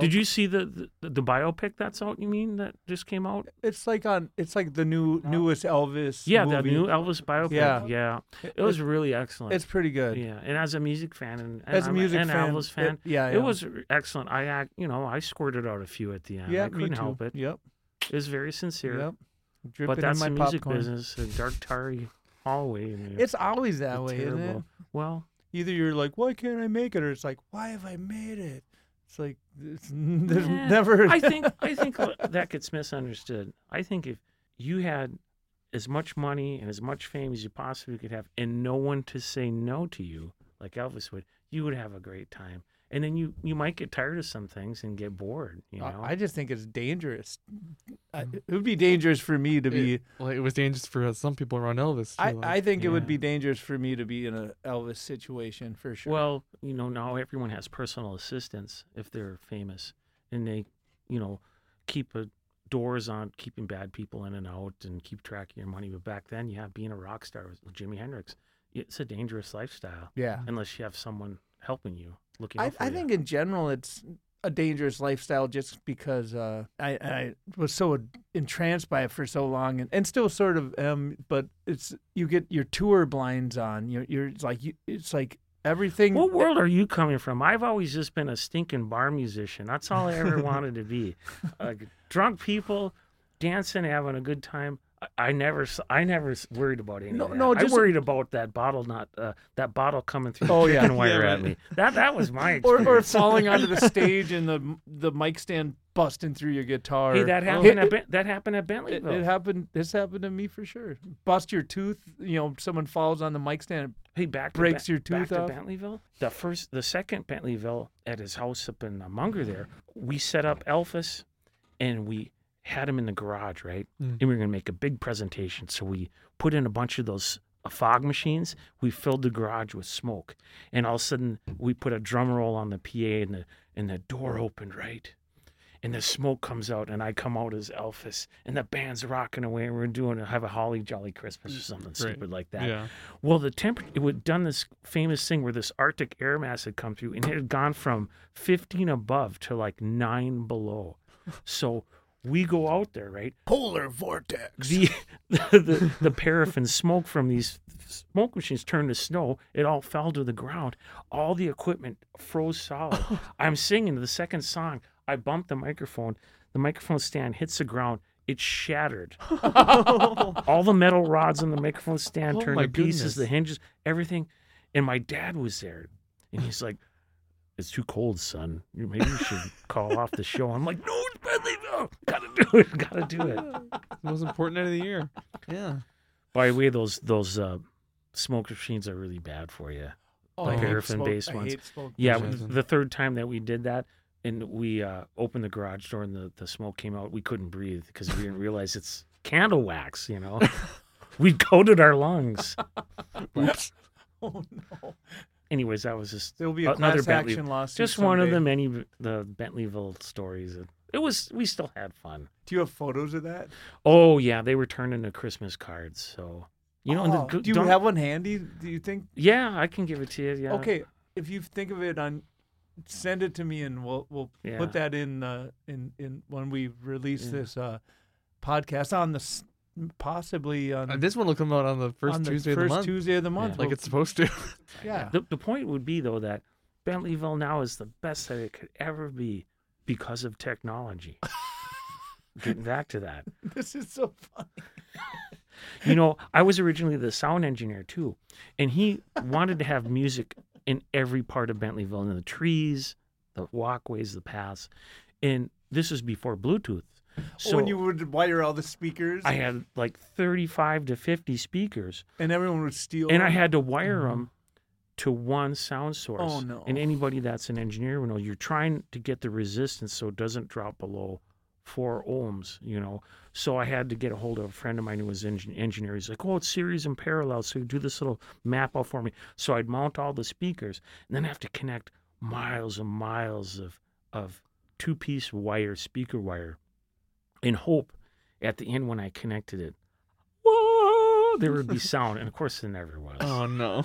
S2: Did you see the, the the biopic that's out? You mean that just came out?
S3: It's like on. It's like the new newest Elvis.
S2: Yeah,
S3: movie.
S2: the new Elvis biopic.
S3: Yeah.
S2: Yeah, it was really excellent.
S3: It's pretty good.
S2: yeah, and as a music fan and, and
S3: As a
S2: I'm
S3: music
S2: an
S3: fan,
S2: Elvis
S3: it-
S2: fan,
S3: yeah,
S2: it,
S3: yeah.
S2: was r- excellent. I act, you know, I squirted out a few at the end.
S3: Yeah,
S2: I
S3: me
S2: couldn't
S3: too.
S2: help it.
S3: Yep.
S2: It was very sincere.
S3: Yep. Dripping
S2: But
S3: in
S2: that's
S3: my
S2: the music
S3: popcorn.
S2: business. and dark tarry hallway. and
S3: It's always that
S2: it's
S3: way, isn't it?
S2: terrible. Well,
S3: Either you're like, why can't I make it, or it's like, why have I made it? It's like it's, (laughs) there's
S2: (laughs)
S3: never. (laughs)
S2: I think I think l- that gets misunderstood. I think if you had as much money and as much fame as you possibly could have, and no one to say no to you, like Elvis would, you would have a great time. And then you you might get tired of some things and get bored. You
S3: I-
S2: know, Mm.
S3: I just think it's dangerous. I, it would be dangerous for me to be.
S1: Well, it was dangerous for uh, some people around Elvis. Too,
S3: I,
S1: like-
S3: I think it would
S2: yeah.
S3: be dangerous for me to be in a Elvis situation for sure.
S2: Well, you know, now everyone has personal assistants if they're famous, and they, you know, keep a doors on keeping bad people in and out and keep track of your money. But back then, yeah, being a rock star was Jimi Hendrix. It's a dangerous lifestyle
S3: yeah.
S2: unless you have someone helping you, looking
S3: I,
S2: out for
S3: I
S2: you.
S3: think in general it's a dangerous lifestyle just because uh, I, I was so entranced by it for so long and, and still sort of am. But it's you get your tour blinds on. You're, you're it's like you, it's like everything.
S2: What world are you coming from? I've always just been a stinking bar musician. That's all I
S3: (laughs)
S2: ever wanted to be. Like drunk people, dancing, having a good time. I, I never, s- I never s- worried about any
S3: No,
S2: of that.
S3: no, just-
S2: I worried about that bottle not, uh, that bottle coming through
S3: Oh,
S2: the
S3: yeah.
S2: chicken wire
S1: Yeah,
S2: at
S1: right.
S2: me. That that was my
S3: (laughs) or,
S2: experience. (laughs)
S3: or falling onto the stage and the the mic stand busting through your guitar.
S2: hey, that happened.
S3: (laughs)
S2: At, Ben- that happened at Bentley.
S3: It, it happened. This happened to me for sure. Bust your tooth. You know, someone falls on the mic stand.
S2: Hey, back to
S3: breaks
S2: Ba-
S3: your tooth
S2: back to
S3: off?
S2: Bentleyville. The first, the second Bentleyville at his house up in uh, Munger. There, we set up Elphus, and we had him in the garage, right?
S3: Hmm.
S2: And we were going to make a big presentation. So we put in a bunch of those uh, fog machines. We filled the garage with smoke, and all of a sudden we put a drum roll on the PA, and the and the door opened, right? and the smoke comes out, and I come out as Elphus, and the band's rocking away, and we're doing have a holly jolly Christmas or something stupid like that.
S1: Yeah.
S2: Well, the temperature it would done this famous thing where this Arctic air mass had come through, and it had gone from 15 above to like nine below. So we go out there, right?
S3: Polar (laughs) vortex.
S2: The (laughs) the, the, the paraffin smoke from these smoke machines turned to snow. It all fell to the ground. All the equipment froze solid. I'm singing the second song. I bumped the microphone. The microphone stand hits the ground. It shattered.
S3: Oh,
S2: all the metal rods on the microphone stand
S1: Oh
S2: turned
S1: my
S2: to pieces. The
S1: goodness.
S2: hinges, everything. And my dad was there, and he's like. It's too cold, son. You maybe
S1: (laughs)
S2: you should call off the show. I'm like, no, it's Bentleyville. Gotta do it. Gotta do
S1: (laughs)
S2: it
S1: The most important night of the
S2: (laughs)
S1: year. Yeah.
S2: by the way, those those uh, smoke machines are really bad for you.
S3: oh,
S2: the
S3: I hate
S2: paraffin
S3: smoke-
S2: based
S3: I
S2: ones.
S3: hate smoke.
S2: Yeah,
S1: Which
S2: w-
S1: isn't-
S2: the third time that we did that, and we uh, opened the garage door and the, the smoke came out, we couldn't breathe because we didn't realize it's candle wax.
S1: (laughs)
S2: You know, we coated our lungs.
S3: (laughs) Oh no.
S2: Anyways, that was just
S3: There'll be a
S2: another
S3: class
S2: Bentley.
S3: action lawsuit.
S2: Just one of
S3: someday.
S2: the many b- the Bentleyville stories. It was we still had fun.
S3: Do you have photos of that?
S2: Oh yeah, they were turning to Christmas cards. So you know, and the
S3: Oh,
S2: good-
S3: do you
S2: don't-
S3: have one handy? Do you think?
S2: Yeah, I can give it to you. Yeah.
S3: Okay, if you think of it on, send it to me, and we'll we'll
S2: Yeah.
S3: put that in uh, in in when we release
S2: Yeah.
S3: this uh, podcast on the s- possibly on,
S1: Uh, this one will come out on the first
S3: on the
S1: Tuesday
S3: first
S1: of the month,
S3: Tuesday of the month.
S2: Yeah.
S1: like it's supposed to. (laughs)
S3: We'll- yeah.
S2: The, the point would be though that Bentleyville now is the best that it could ever be because of
S3: (laughs)
S2: technology. Getting back to that,
S3: (laughs) This is so fun.
S2: you know, I was originally the sound engineer too, and he wanted to have music in every part of Bentleyville, in the trees, the walkways, the paths, and this was before Bluetooth. So
S3: when you would wire all the speakers,
S2: I had like thirty-five to fifty speakers,
S3: and everyone would steal,
S2: and I
S3: them.
S2: had to wire them to one sound source.
S3: Mm-hmm. Oh, no.
S2: And anybody that's an engineer will know you're trying to get the resistance so it doesn't drop below four ohms. You know, so I had to get a hold of a friend of mine who was an engin- engineer. He's like, "Oh, it's series and parallel, so you do this little map out for me." So I'd mount all the speakers, and then have to connect miles and miles of of two-piece wire, speaker wire, in hope at the end when I connected it. Whoa, there
S3: (laughs)
S2: would be sound, and of course there never was.
S1: oh (laughs) no.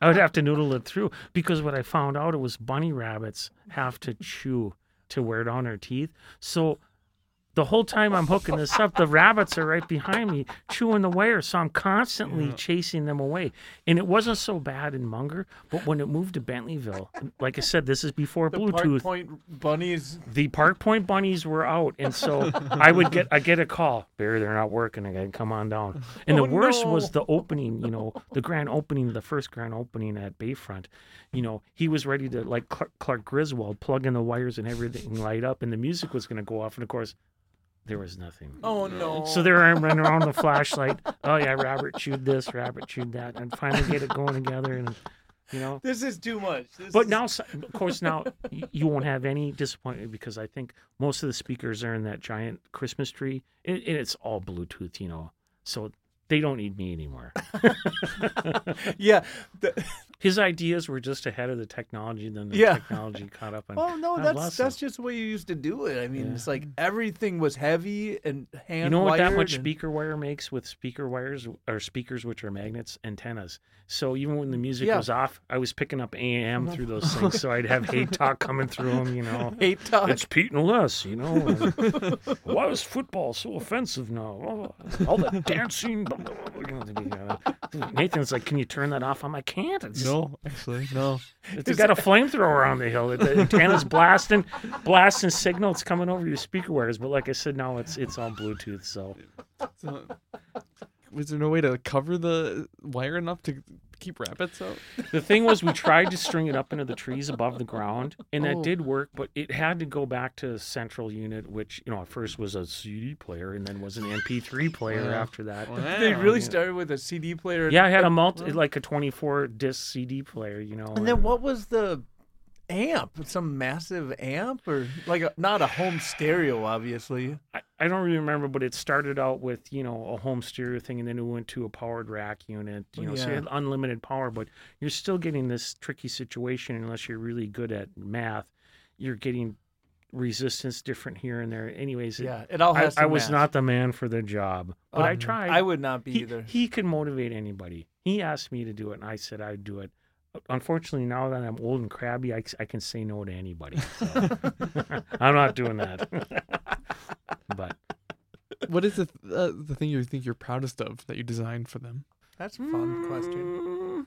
S2: I would have to noodle it through because what I found out it was bunny rabbits have to chew to wear down our teeth. So the whole time I'm hooking this up, the rabbits are right behind me chewing the wire. So I'm constantly
S1: Yeah.
S2: chasing them away. And it wasn't so bad in Munger, but when it moved to Bentleyville, like I said, this is before
S3: The
S2: Bluetooth
S3: Park Point bunnies.
S2: the Park Point bunnies were out, and so
S3: (laughs)
S2: I would get I get a call, Barry, they're not working again. Come on down. And
S3: Oh,
S2: the worst was
S3: no.
S2: the opening, you know, the grand opening, the first grand opening at Bayfront. You know, he was ready to like Clark, Clark Griswold plug in the wires and everything light up, and the music was going to go off, and of course, there was nothing.
S3: Oh no!
S2: So there I am running around with a flashlight. Oh yeah, Robert chewed this, Robert chewed that, and finally get it going together, and you know.
S3: This is too much. This
S2: But
S3: is-
S2: now, so- of course, now y- you won't have any disappointment because I think most of the speakers are in that giant Christmas tree, and, and it's all Bluetooth, you know. So they don't need me anymore.
S3: (laughs) yeah. the-
S2: His ideas were just ahead of the technology, and then the
S3: Yeah.
S2: technology caught (laughs) up. And,
S3: oh no,
S2: God
S3: that's
S2: bless
S3: that's
S2: him.
S3: just the way you used to do it. I mean,
S2: Yeah.
S3: it's like everything was heavy and hand.
S2: you know what that much
S3: and... (laughs)
S2: speaker wire makes with speaker wires or speakers, which are magnets, antennas. So even when the music
S3: Yeah.
S2: was off, I was picking up AM through those things. So I'd
S3: (laughs)
S2: have hate talk coming through them, you know.
S3: Hey, Todd.
S2: It's Pete and Les, you know. and (laughs) why is football so offensive now? Oh, all the dancing. blah, blah, blah, you know, uh, Nathan's like, can you turn that off? I'm like, "I can't. It's,
S1: No, (laughs) actually, no.
S2: it's got a flamethrower on the hill. The antenna's blasting, blasting signal. It's coming over your speaker wires. But like I said, now it's it's on Bluetooth. So
S1: So, was there no way to cover the wire enough to keep rabbits out?
S2: the thing was, we tried to string it up into the trees above the ground, and that
S1: Oh.
S2: did work. But it had to go back to a central unit, which you know at first was a CD player, and then was an MP3 player
S1: Wow.
S2: after that.
S3: They really
S2: yeah.
S3: started with a CD player.
S2: Yeah, I had a multi, like a 24 disc CD player, you know.
S3: And then what was the amp? Some massive amp or like a, not a home stereo, obviously.
S2: I, I don't really remember, but it started out with, you know, a home stereo thing and then it went to a powered rack unit, you know, so you
S3: Oh, Yeah.
S2: had unlimited power, but you're still getting this tricky situation unless you're really good at math. You're getting resistance different here and there. Anyways, it-
S3: Yeah, it all
S2: I,
S3: has.
S2: I
S3: to
S2: was
S3: match.
S2: not the man for the job, but I
S3: Mhm.
S2: tried.
S3: I would not be
S2: he, (laughs)
S3: either.
S2: He could motivate anybody. He asked me to do it, and I said I'd do it. Unfortunately, now that I'm old and crabby, I, c- I can say no to anybody.
S3: (laughs)
S2: so. (laughs) I'm not doing that. but
S1: What is the th- uh, the thing you think you're proudest of that you designed for them?
S3: That's a fun
S2: Mm,
S3: question.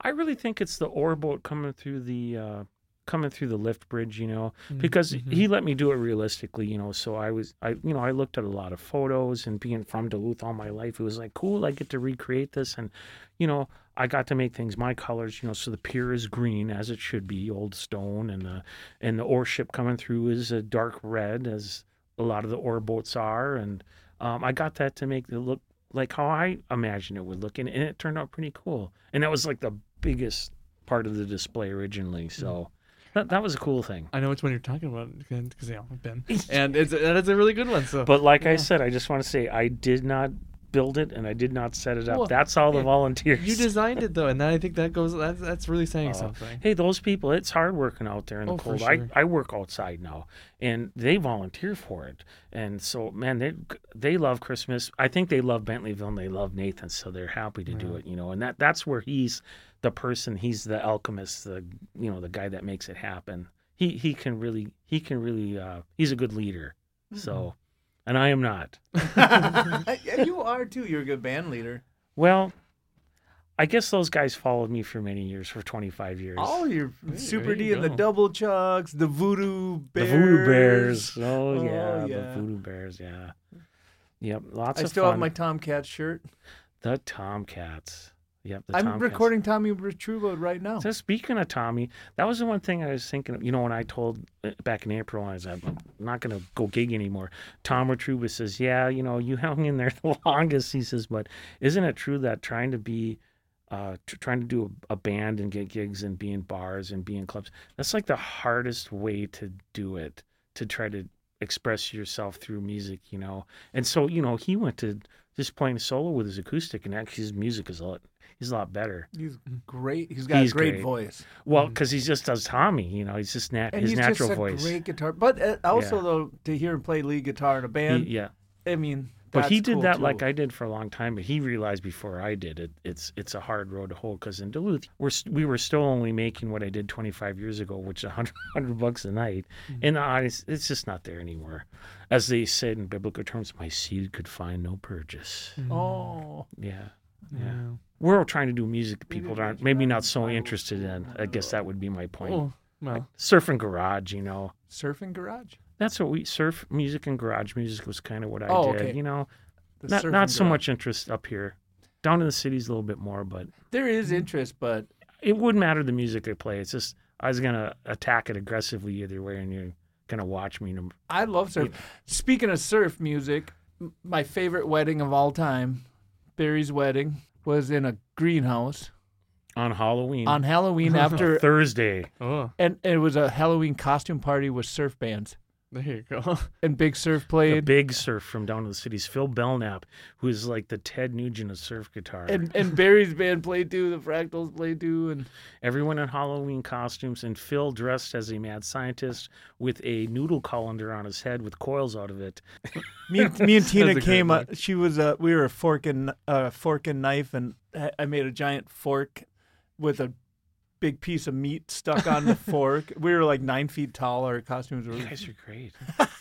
S2: I really think it's the ore boat coming through the uh, coming through the lift bridge. You know,
S1: Hmm. Mm-hmm.
S2: because he let me do it realistically, you know. So I was, I, you know, I looked at a lot of photos and being from Duluth all my life, it was like, cool, I get to recreate this. And, you know, I got to make things my colors, you know. So the pier is green as it should be, old stone, and the and the ore ship coming through is a dark red, as a lot of the ore boats are. And um, I got that to make it look like how I imagined it would look, and, and it turned out pretty cool. And that was like the biggest part of the display originally. So that that was a cool thing.
S1: I know which one you're talking about because yeah, I've
S2: (laughs)
S1: been, and it's and it's a really good one. So
S2: But like I said, I just want to say I did not build it and I did not set it up.
S1: Well,
S2: That's all the
S1: yeah,
S2: volunteers. (laughs)
S1: you designed it though, and I think that goes that's that's really saying
S2: Uh,
S1: something.
S2: Hey, those people, it's hard working out there in the
S1: Oh, for
S2: cold.
S1: sure.
S2: I, I work outside now and they volunteer for it. And so, man, they they love Christmas. I think they love Bentleyville and they love Nathan, so they're happy to do it, you know. And that that's where he's the person, he's the alchemist, the you know, the guy that makes it happen. He he can really he can really uh he's a good leader.
S1: Mm-hmm.
S2: So, and I am not. Mm.
S3: (laughs)
S2: (laughs)
S3: Yeah, you are too. You're a good band leader.
S2: Well, I guess those guys followed me for many years, for 25 years.
S3: All your
S1: there
S3: Super D
S1: you
S3: and the
S1: go.
S3: Double Chucks, the Voodoo
S2: the
S3: Bears.
S2: Voodoo Bears. Oh,
S3: Oh,
S2: yeah,
S3: yeah.
S2: the Voodoo Bears, yeah. Yep, lots
S3: I
S2: of
S3: still
S2: fun.
S3: have my Tomcat shirt.
S2: The Tomcats. Yep, the
S3: I'm
S2: Tomcats.
S3: recording Tommy Retrubo right now.
S2: So speaking of Tommy, that was the one thing I was thinking of. You know, when I told uh, back in April, I was like, I'm not going to go gig anymore. Tom Retruba says, "Yeah, you know, you (laughs) hung in there the longest." He says, "But isn't it true that trying to be, uh, tr- trying to do a, a band and get gigs and be in bars and be in clubs, that's like the hardest way to do it to try to express yourself through music, you know?" And so, you know, he went to just playing solo with his acoustic, and actually his music is a lot, he's a lot better.
S3: He's great. He's got
S2: He's
S3: a great,
S2: great.
S3: voice.
S2: Well, because he just does Tommy, you know, he's just nat-
S3: Mm. And
S2: his
S3: he's
S2: natural
S3: just a
S2: voice.
S3: great guitar. But uh, also,
S2: Yeah.
S3: though, to hear him play lead guitar in a
S2: He-
S3: band,
S2: yeah,
S3: I mean,
S2: but he
S3: That's
S2: did
S3: cool,
S2: that
S3: too.
S2: like I did for a long time. But he realized before I did it, it's it's a hard road to hold because in Duluth, we're st- we were still only making what I did 25 years ago, which is (laughs) 100, 100 bucks a night.
S3: Mm.
S2: And the audience, it's just not there anymore. As they said in biblical terms, my seed could find no purchase.
S3: Oh,
S2: Yeah, yeah. We're all trying to do music that people aren't maybe not so interested in. I guess that would be my point.
S1: Oh,
S3: Oh.
S1: Well, well,
S2: Surf and garage, you know.
S3: surfing garage.
S2: That's what we surf music and garage music was kind of what I
S3: Oh,
S2: did.
S3: okay.
S2: You know,
S3: The
S2: not
S3: surfing
S2: not so
S3: garage.
S2: much interest up here. Down in the city's a little bit more, but
S3: There is
S2: Mm-hmm.
S3: interest, but
S2: it wouldn't matter the music I play. It's just I was gonna attack it aggressively either way, and you're gonna watch me. num-
S3: I love surf. Speaking of surf music, m- my favorite wedding of all time, Barry's wedding, was in a
S2: (laughs)
S3: greenhouse
S2: on Halloween
S3: on
S2: (laughs)
S3: Halloween after,
S2: Thursday.
S1: oh,
S3: and it was a Halloween costume party with surf bands.
S1: there you go. (laughs)
S3: And Big Surf
S2: The
S3: played,
S2: big surf from down in the cities, Phil Belknap, who is like the Ted Nugent of surf guitar.
S3: and, and Barry's band played too. The Fractals played too, and
S2: Everyone in Halloween costumes, and Phil dressed as a mad scientist with a noodle colander on his head with coils out of it.
S5: Me and, me
S3: (laughs)
S5: and
S1: a
S5: Tina
S1: great
S5: came.
S1: one.
S5: Uh, she was. Uh, we were a fork and uh, fork and knife, and
S3: I- I made a giant fork with a big piece of meat stuck on (laughs) the fork. We were like nine feet tall. Our costumes
S2: You
S3: (laughs) were.
S2: guys are great.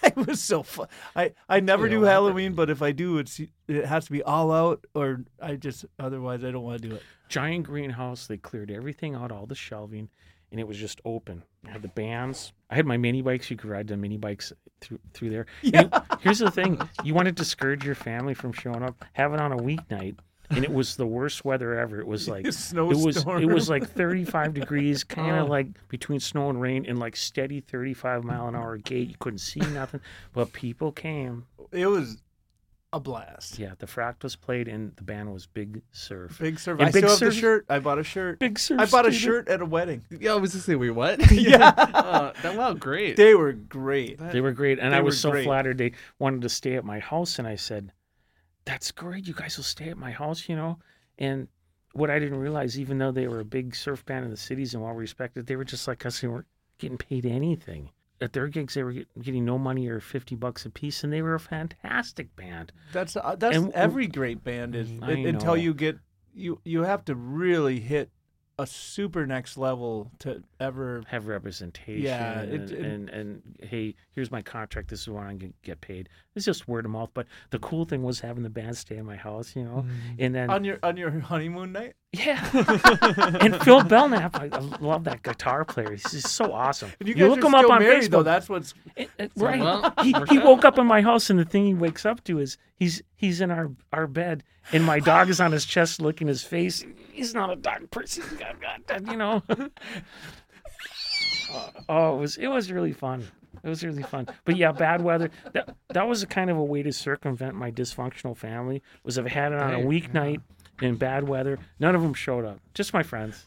S5: it was so fun.
S3: I, I never
S1: pretty
S3: do
S1: elaborate.
S3: Halloween, but if I do, it's it has to be all out, or I just otherwise I don't want to do it.
S2: Giant greenhouse. They cleared everything out, all the shelving, and it was just open. I had the bands. I had my mini bikes. You could ride the mini bikes through through there. And (laughs) here's the thing: you want to discourage your family from showing up. Have it on a weeknight. And it was the worst weather ever. It (laughs) was like it was it was like 35 (laughs) degrees kind of like between snow and rain and like steady 35 mile an hour gate you couldn't see nothing but people came
S3: (laughs) It was a blast.
S2: yeah the fractals played and the band was big surf
S3: Big surf.
S2: And
S3: I
S2: Big
S3: still have
S2: Surf-
S3: the shirt. I bought a shirt.
S2: big surf
S5: I bought a
S2: skated.
S5: shirt at a wedding.
S1: Yeah, I was just saying, wait, what? (laughs) yeah. uh, that, wow, great.
S5: They were great.
S2: they were great and i
S5: Uh, They
S2: was
S5: were
S2: so
S5: great.
S2: flattered they wanted to stay at my house and i said that's great you guys will stay at my house you know and what i didn't realize even though they were a big surf band in the cities and well respected they were just like us they weren't getting paid anything at their gigs they were get- getting no money or 50 bucks a piece and they were a fantastic band
S3: That's uh, that's
S2: And w- Mm,
S3: every great band is
S2: I
S3: un-
S2: know.
S3: until you get you you have to really hit a super next level to ever.
S2: have representation
S3: Yeah, it-
S2: and,
S3: it-
S2: and and hey here's my contract this is what i'm gonna get paid it's just word of mouth but the cool thing was having the band stay at my house you
S5: Mm-hmm.
S2: know and
S5: Oh,
S2: then
S3: On your on your honeymoon night,
S2: Yeah. and Phil Belknap, I, I love that guitar player. He's just so awesome.
S3: and you, guys
S2: look
S3: are
S2: him up
S3: still
S2: on
S3: married,
S2: Facebook.
S3: Though that's (laughs) what's
S2: Eh, eh, right.
S1: well,
S2: (laughs) he, he woke up in my house, and the thing he wakes up to is he's he's in our, our bed, and my dog is on his chest licking his face. He's not a dog person, (laughs) God, God, God, you
S3: (laughs)
S2: know. oh, it was it was really fun. It was really fun. But yeah, bad weather. That that was a kind of a way to circumvent my dysfunctional family. Was if I had it on a
S1: Hey,
S2: weeknight in bad weather, none of them showed up. Just my friends.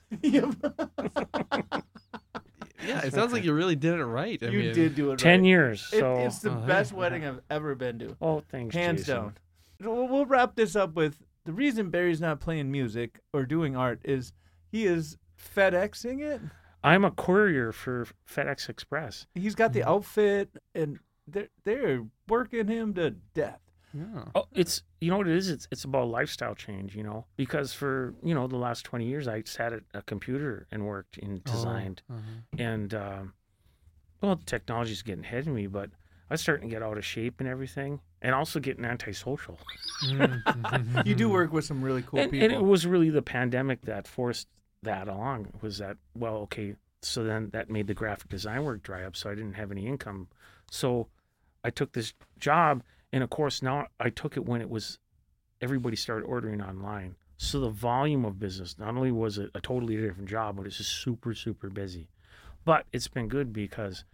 S1: Yeah, it sounds like you really did it right. I
S3: you
S1: mean,
S3: did do it.
S2: Ten
S3: right.
S2: years.
S3: It-
S2: So
S3: it's the
S1: Oh,
S3: best wedding I've ever been to.
S2: oh, thanks,
S3: hands
S2: Jason.
S3: down. We'll, we'll wrap this up with the reason Barry's not playing music or doing art is he is FedExing it.
S2: I'm a courier for FedEx Express.
S3: He's got the outfit, and they're they're working him to death.
S1: Yeah.
S2: Oh, it's you know what it is. It's it's about lifestyle change, you know. Because for you know the last twenty years, I sat at a computer and worked and
S1: Oh,
S2: designed,
S1: uh-huh.
S2: (laughs)
S1: (laughs)
S2: and um, well, technology's getting ahead of me, but I was starting to get out of shape and everything, and also getting antisocial.
S3: You do work with some really cool
S2: and,
S3: people.
S2: and it was really the pandemic that forced that along. Was that well, okay? So then that made the graphic design work dry up. So I didn't have any income. So I took this job, and of course now I took it when it was everybody started ordering online. So the volume of business not only was it a totally different job, but it's just super super busy. But it's been good because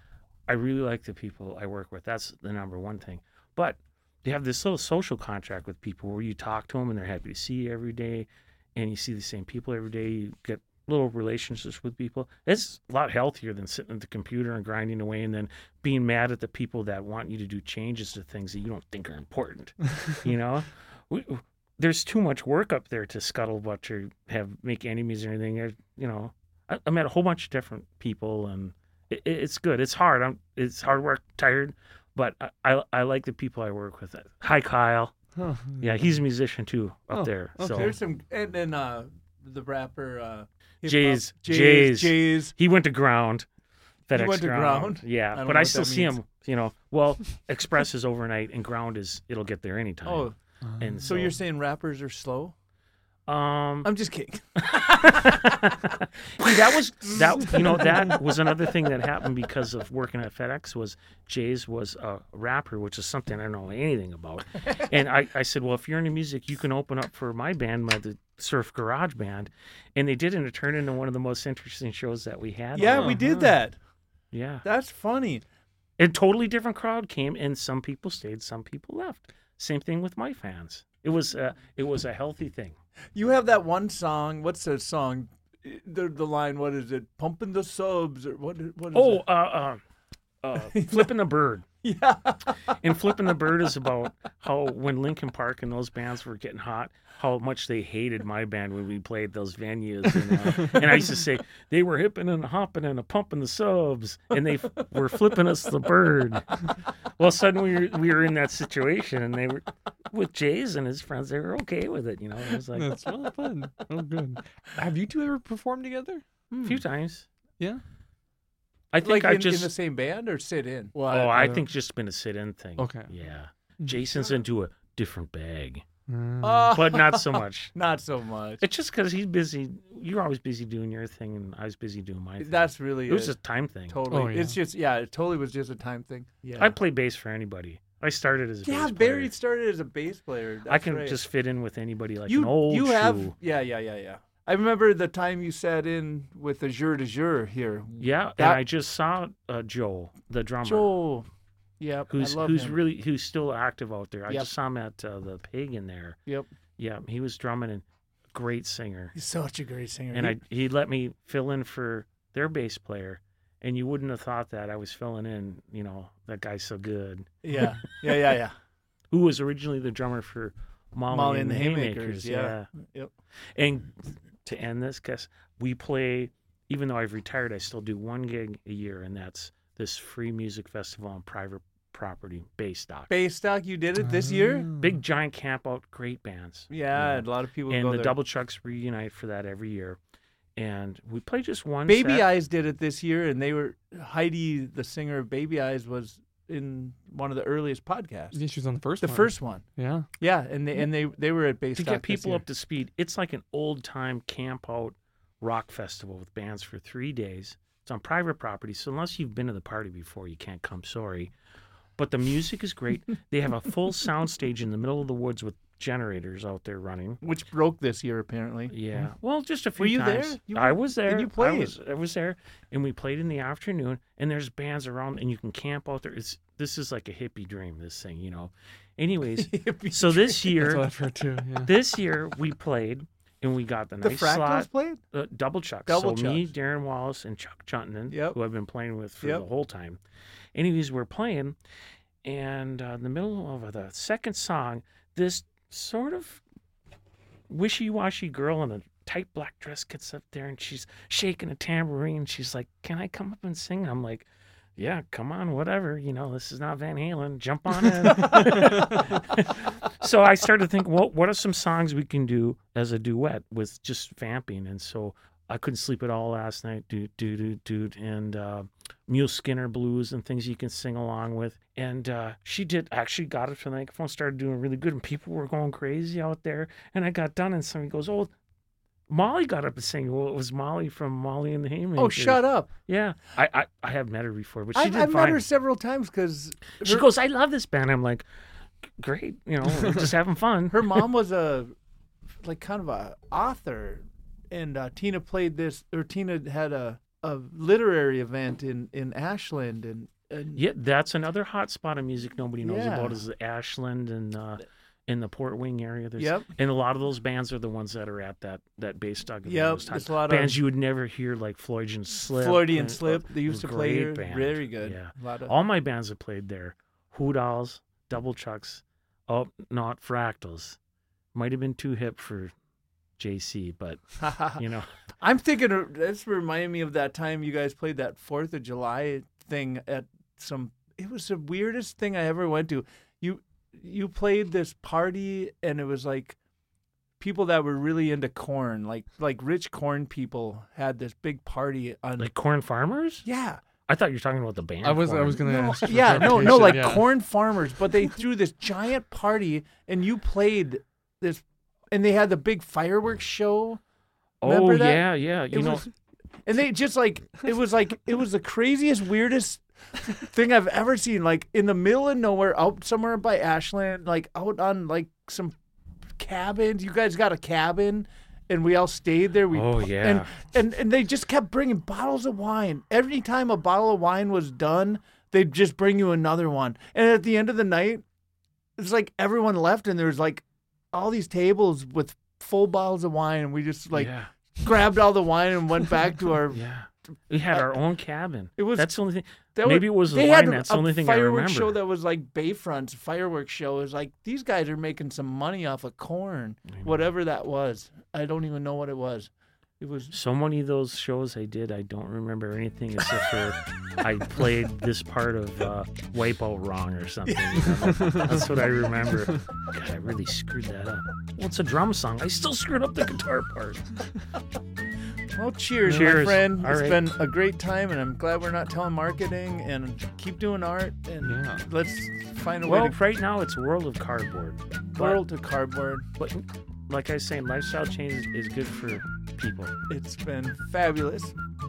S2: I really like the people I work with. That's the number one thing. But they have this little social contract with people where you talk to them and they're happy to see you every day and you see the same people every day. You get little relationships with people. It's a lot healthier than sitting at the computer and grinding away and then being mad at the people that want you to do changes to things that you don't think are important. you know, we, there's too much work up there to scuttlebutt or have make enemies or anything. There's, You know, I, I met a whole bunch of different people and it, it- it's good. It's hard. I'm it's hard work, tired, but I, I I like the people I work with. Hi, Kyle.
S1: Huh.
S2: Yeah, he's a musician too up
S1: Oh,
S2: there.
S1: okay.
S2: So
S3: There's some, and then uh, the rapper uh, hip-hop-
S2: Jays, Jays.
S3: Jays, Jays.
S2: he went to ground. FedEx
S3: went to ground?
S2: Yeah,
S3: I don't
S2: but
S3: know
S2: I
S3: what
S2: still
S3: that
S2: see
S3: means.
S2: him. You know,
S3: (laughs)
S2: well, Express is overnight, and ground is it'll get there anytime.
S3: Oh,
S2: and
S3: so you're saying rappers are slow?
S2: um,
S3: I'm just (laughs) kidding.
S2: See, that was that you know that was another thing that happened because of working at FedEx was Jay's was a rapper, which is something I don't know anything about. And I, I said, well, if you're into music, you can open up for my band, my the Surf Garage Band, and they did, and it turned into one of the most interesting shows that we had.
S3: Oh,
S5: Yeah, we
S3: huh.
S5: did that.
S2: yeah.
S5: That's funny.
S2: A totally different crowd came, and some people stayed, some people left. Same thing with my fans. It was uh, it was a healthy thing.
S3: You have that one song. What's that song? The, the line, what is it? Pumping the subs or what? What is
S2: Oh, uh, uh,
S3: (laughs)
S2: uh, flipping the bird.
S3: it? yeah.
S2: And Flipping the Bird is
S3: (laughs)
S2: about how when Lincoln Park and those bands were getting hot, how much they hated my band when we played those venues. And, uh, and I used to say they were hipping and hopping and a pumping the subs, and they f- were flipping us the bird. Well, suddenly we were, we were in that situation, and they were with Jays and his friends. They were okay with it, you know. It was like
S1: That's well fun. Oh, good. Have you two ever performed together?
S2: a few times.
S1: Yeah.
S2: I think
S3: Hmm. Like
S2: I
S3: in, in
S2: just
S3: the same band or sit in?
S1: Well,
S2: oh,
S3: (laughs)
S2: I,
S1: don't-
S2: think just been a sit-in thing.
S1: Okay.
S2: Yeah,
S3: Mm.
S2: Jason's into a different
S3: (laughs)
S2: bag,
S1: Mm.
S3: Oh,
S2: but not so much.
S3: not so (laughs) much.
S2: It's just because he's busy. You're always busy doing your thing, and I was busy doing my thing.
S3: That's really
S2: it was
S3: it.
S2: a time thing.
S3: totally.
S1: Oh, yeah.
S3: It's just yeah. It totally was just a time thing. Yeah.
S2: I play bass for anybody. I started as a
S3: yeah.
S2: bass
S3: Barry
S2: player.
S3: started as a bass player.
S2: I
S3: That's
S2: can
S3: right.
S2: just fit in with anybody like
S3: you
S2: an old
S3: you
S2: shoe.
S3: have yeah yeah yeah yeah. I remember the time you sat in with Azure de Jure here.
S2: yeah, and
S3: that-
S2: I just saw uh, Joel, the drummer,
S3: Joel. Yep.
S2: who's
S3: I love
S2: who's
S3: him.
S2: really who's still active out there. I
S3: Yep.
S2: just saw him at uh, the Pig in there.
S3: Yep.
S2: Yeah, he was drumming and great singer.
S3: He's such a great singer.
S2: And
S3: He-
S2: I he let me fill in for their bass player, and you wouldn't have thought that I was filling in. You know that guy's so good.
S3: yeah yeah
S2: (laughs)
S3: yeah yeah.
S2: who was originally the drummer for Molly,
S3: Molly
S2: and the Haymakers.
S3: yeah. Yep.
S2: And to end this, guess we play. Even though I've retired, I still do one gig a year, and that's this free music festival on private property, Baystock.
S3: Baystock, you did it this year.
S1: Oh.
S2: Big giant camp out, great bands.
S3: mm-hmm. Yeah, a lot of people
S2: and
S3: go
S2: the
S3: there.
S2: Double Chucks reunite for that every year, and we play just one.
S3: Baby
S2: set.
S3: Eyes did it this year, and they were Heidi, the singer of Baby Eyes, was in one of the earliest podcasts,
S1: Yeah, she was on the first
S3: the
S1: one.
S3: first one.
S1: Yeah.
S3: Yeah, and they and they they were at Baystock
S2: to get
S3: this
S2: people
S3: year.
S2: up to speed, it's like an old time camp out rock festival with bands for three days. It's on private property, so unless you've been to the party before, you can't come. Sorry, but the music is
S3: (laughs)
S2: great. they have a full sound stage in the middle of the woods with generators out there running.
S3: which broke this year apparently. (laughs)
S2: Yeah, well, just a few
S3: Mm. Were you
S2: times.
S3: there? You
S2: I was there.
S3: you
S2: I
S3: played.
S2: was, I was there, and we played in the afternoon. And there's bands around, and you can camp out there. It's this is like a hippie dream. This thing, you know.
S3: (laughs)
S2: Anyways, so this year
S1: That's what I've heard (laughs) too. Yeah.
S2: this year we played and we got the
S3: The
S2: nice
S3: Fractals
S2: slot
S3: played.
S2: uh, double chuck.
S3: Double
S2: so me, Darren Wallace, and Chuck Chuntnan,
S3: Yep.
S2: who I've been playing with for
S3: Yep.
S2: the whole time. Anyways, we're playing, and uh, in the middle of the second song, this sort of wishy-washy girl in a tight black dress gets up there and she's shaking a tambourine. She's like, "Can I come up and sing?" I'm like. Yeah, come on, whatever. You know, this is not Van Halen. Jump on
S3: (laughs)
S2: in. so I started thinking, well, what are some songs we can do as a duet with just vamping? And so I couldn't sleep at all last night. Dude, dude, dude, dude. And uh, Mule Skinner blues and things you can sing along with. And uh, she did actually got up to the microphone, started doing really good, and people were going crazy out there. And I got done, and somebody goes, "Oh, Molly got up and sang." Well, it was Molly from Molly and the Haymakers.
S3: Oh, shut up!
S2: Yeah, I I, I have met her before, but she
S3: I,
S2: did
S3: I've
S2: fine.
S3: met her several times because
S2: She goes, "I love this band." I'm like, "Great, you know, we're just having fun."
S3: her mom was a like kind of a author and uh, tina played this or tina had a, a literary event in in ashland and, and
S2: Yeah, that's another hot spot of music nobody knows
S3: Yeah.
S2: about is the Ashland and uh, in the Port Wing area. There's,
S3: Yep.
S2: And a lot of those bands are the ones that are at that that bass stock. event
S3: Yep,
S2: those times.
S3: there's a lot of-
S2: bands you would never hear like Floydian Slip.
S3: Floydian
S2: and-
S3: Slip. They used to play
S2: great
S3: here.
S2: band.
S3: Very good.
S2: Yeah.
S3: A lot of-
S2: All my bands have played there. Hoodals, Double Chucks, Oh Not Fractals. Might have been too hip for JC, but
S3: (laughs)
S2: you know.
S3: i'm thinking of, that's reminding me of that time you guys played that fourth of july thing at some it was the weirdest thing i ever went to you you played this party and it was like people that were really into corn, like like rich corn people had this big party on
S2: Like corn farmers?
S3: yeah.
S2: I thought you were talking about the band.
S1: I was I was
S2: corn.
S1: gonna
S3: No,
S1: ask. for
S3: yeah, no, no,
S1: clarification,
S3: like
S1: yeah.
S3: corn farmers, but they threw this giant party and you played this and they had the big fireworks show.
S2: Oh
S3: Remember that?
S2: yeah, yeah. You
S3: it
S2: know,
S3: was, and they just like it was like it was the craziest, weirdest thing I've ever seen. Like in the middle of nowhere, out somewhere by Ashland, like out on like some cabins. You guys got a cabin, and we all stayed there. We
S2: Oh,
S3: pu-
S2: yeah.
S3: and and and they just kept bringing bottles of wine. Every time a bottle of wine was done, they'd just bring you another one. And at the end of the night, it's like everyone left, and there's like all these tables with full bottles of wine, and we just like
S2: yeah,
S3: grabbed all the wine and went back to
S2: (laughs)
S3: our.
S2: yeah. We had our own cabin.
S3: It was-
S2: that's the only thing.
S3: That
S2: Maybe it was the
S3: they
S2: wine,
S3: had
S2: that's the
S3: a
S2: only thing I
S3: fireworks show
S2: remember.
S3: that was like Bayfront's fireworks show. Is like these guys are making some money off of corn, whatever that was. I don't even know what it was. It was
S2: So many of those shows I did, I don't remember anything except for I played this part of uh, Wipeout wrong or something. you know? That's what I remember. God, I really screwed that up. Well, it's a drum song. I still screwed up the guitar part.
S3: well. Cheers, my
S2: Cheers.
S3: friend.
S2: All
S3: It's
S2: right.
S3: been a great time, and I'm glad we're not telemarketing. And keep doing art, and
S1: Yeah.
S3: let's find a
S2: Well,
S3: way to
S2: right now it's World of Cardboard. But-
S3: world to cardboard.
S2: But like I was saying, lifestyle change is, is good for people.
S3: It's been fabulous.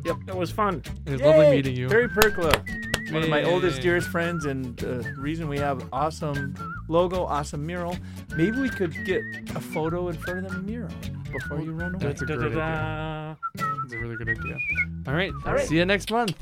S2: Yep, it was fun.
S1: It was lovely
S3: Yay!
S1: meeting you.
S3: Terry Percola, one of my oldest,
S1: Yay.
S3: dearest friends, and the reason we have awesome logo, awesome mural. Maybe we could get a photo in front of the mural before you run away.
S1: That's a great idea. That's a really good idea. All right.
S3: All right.
S1: See you next month.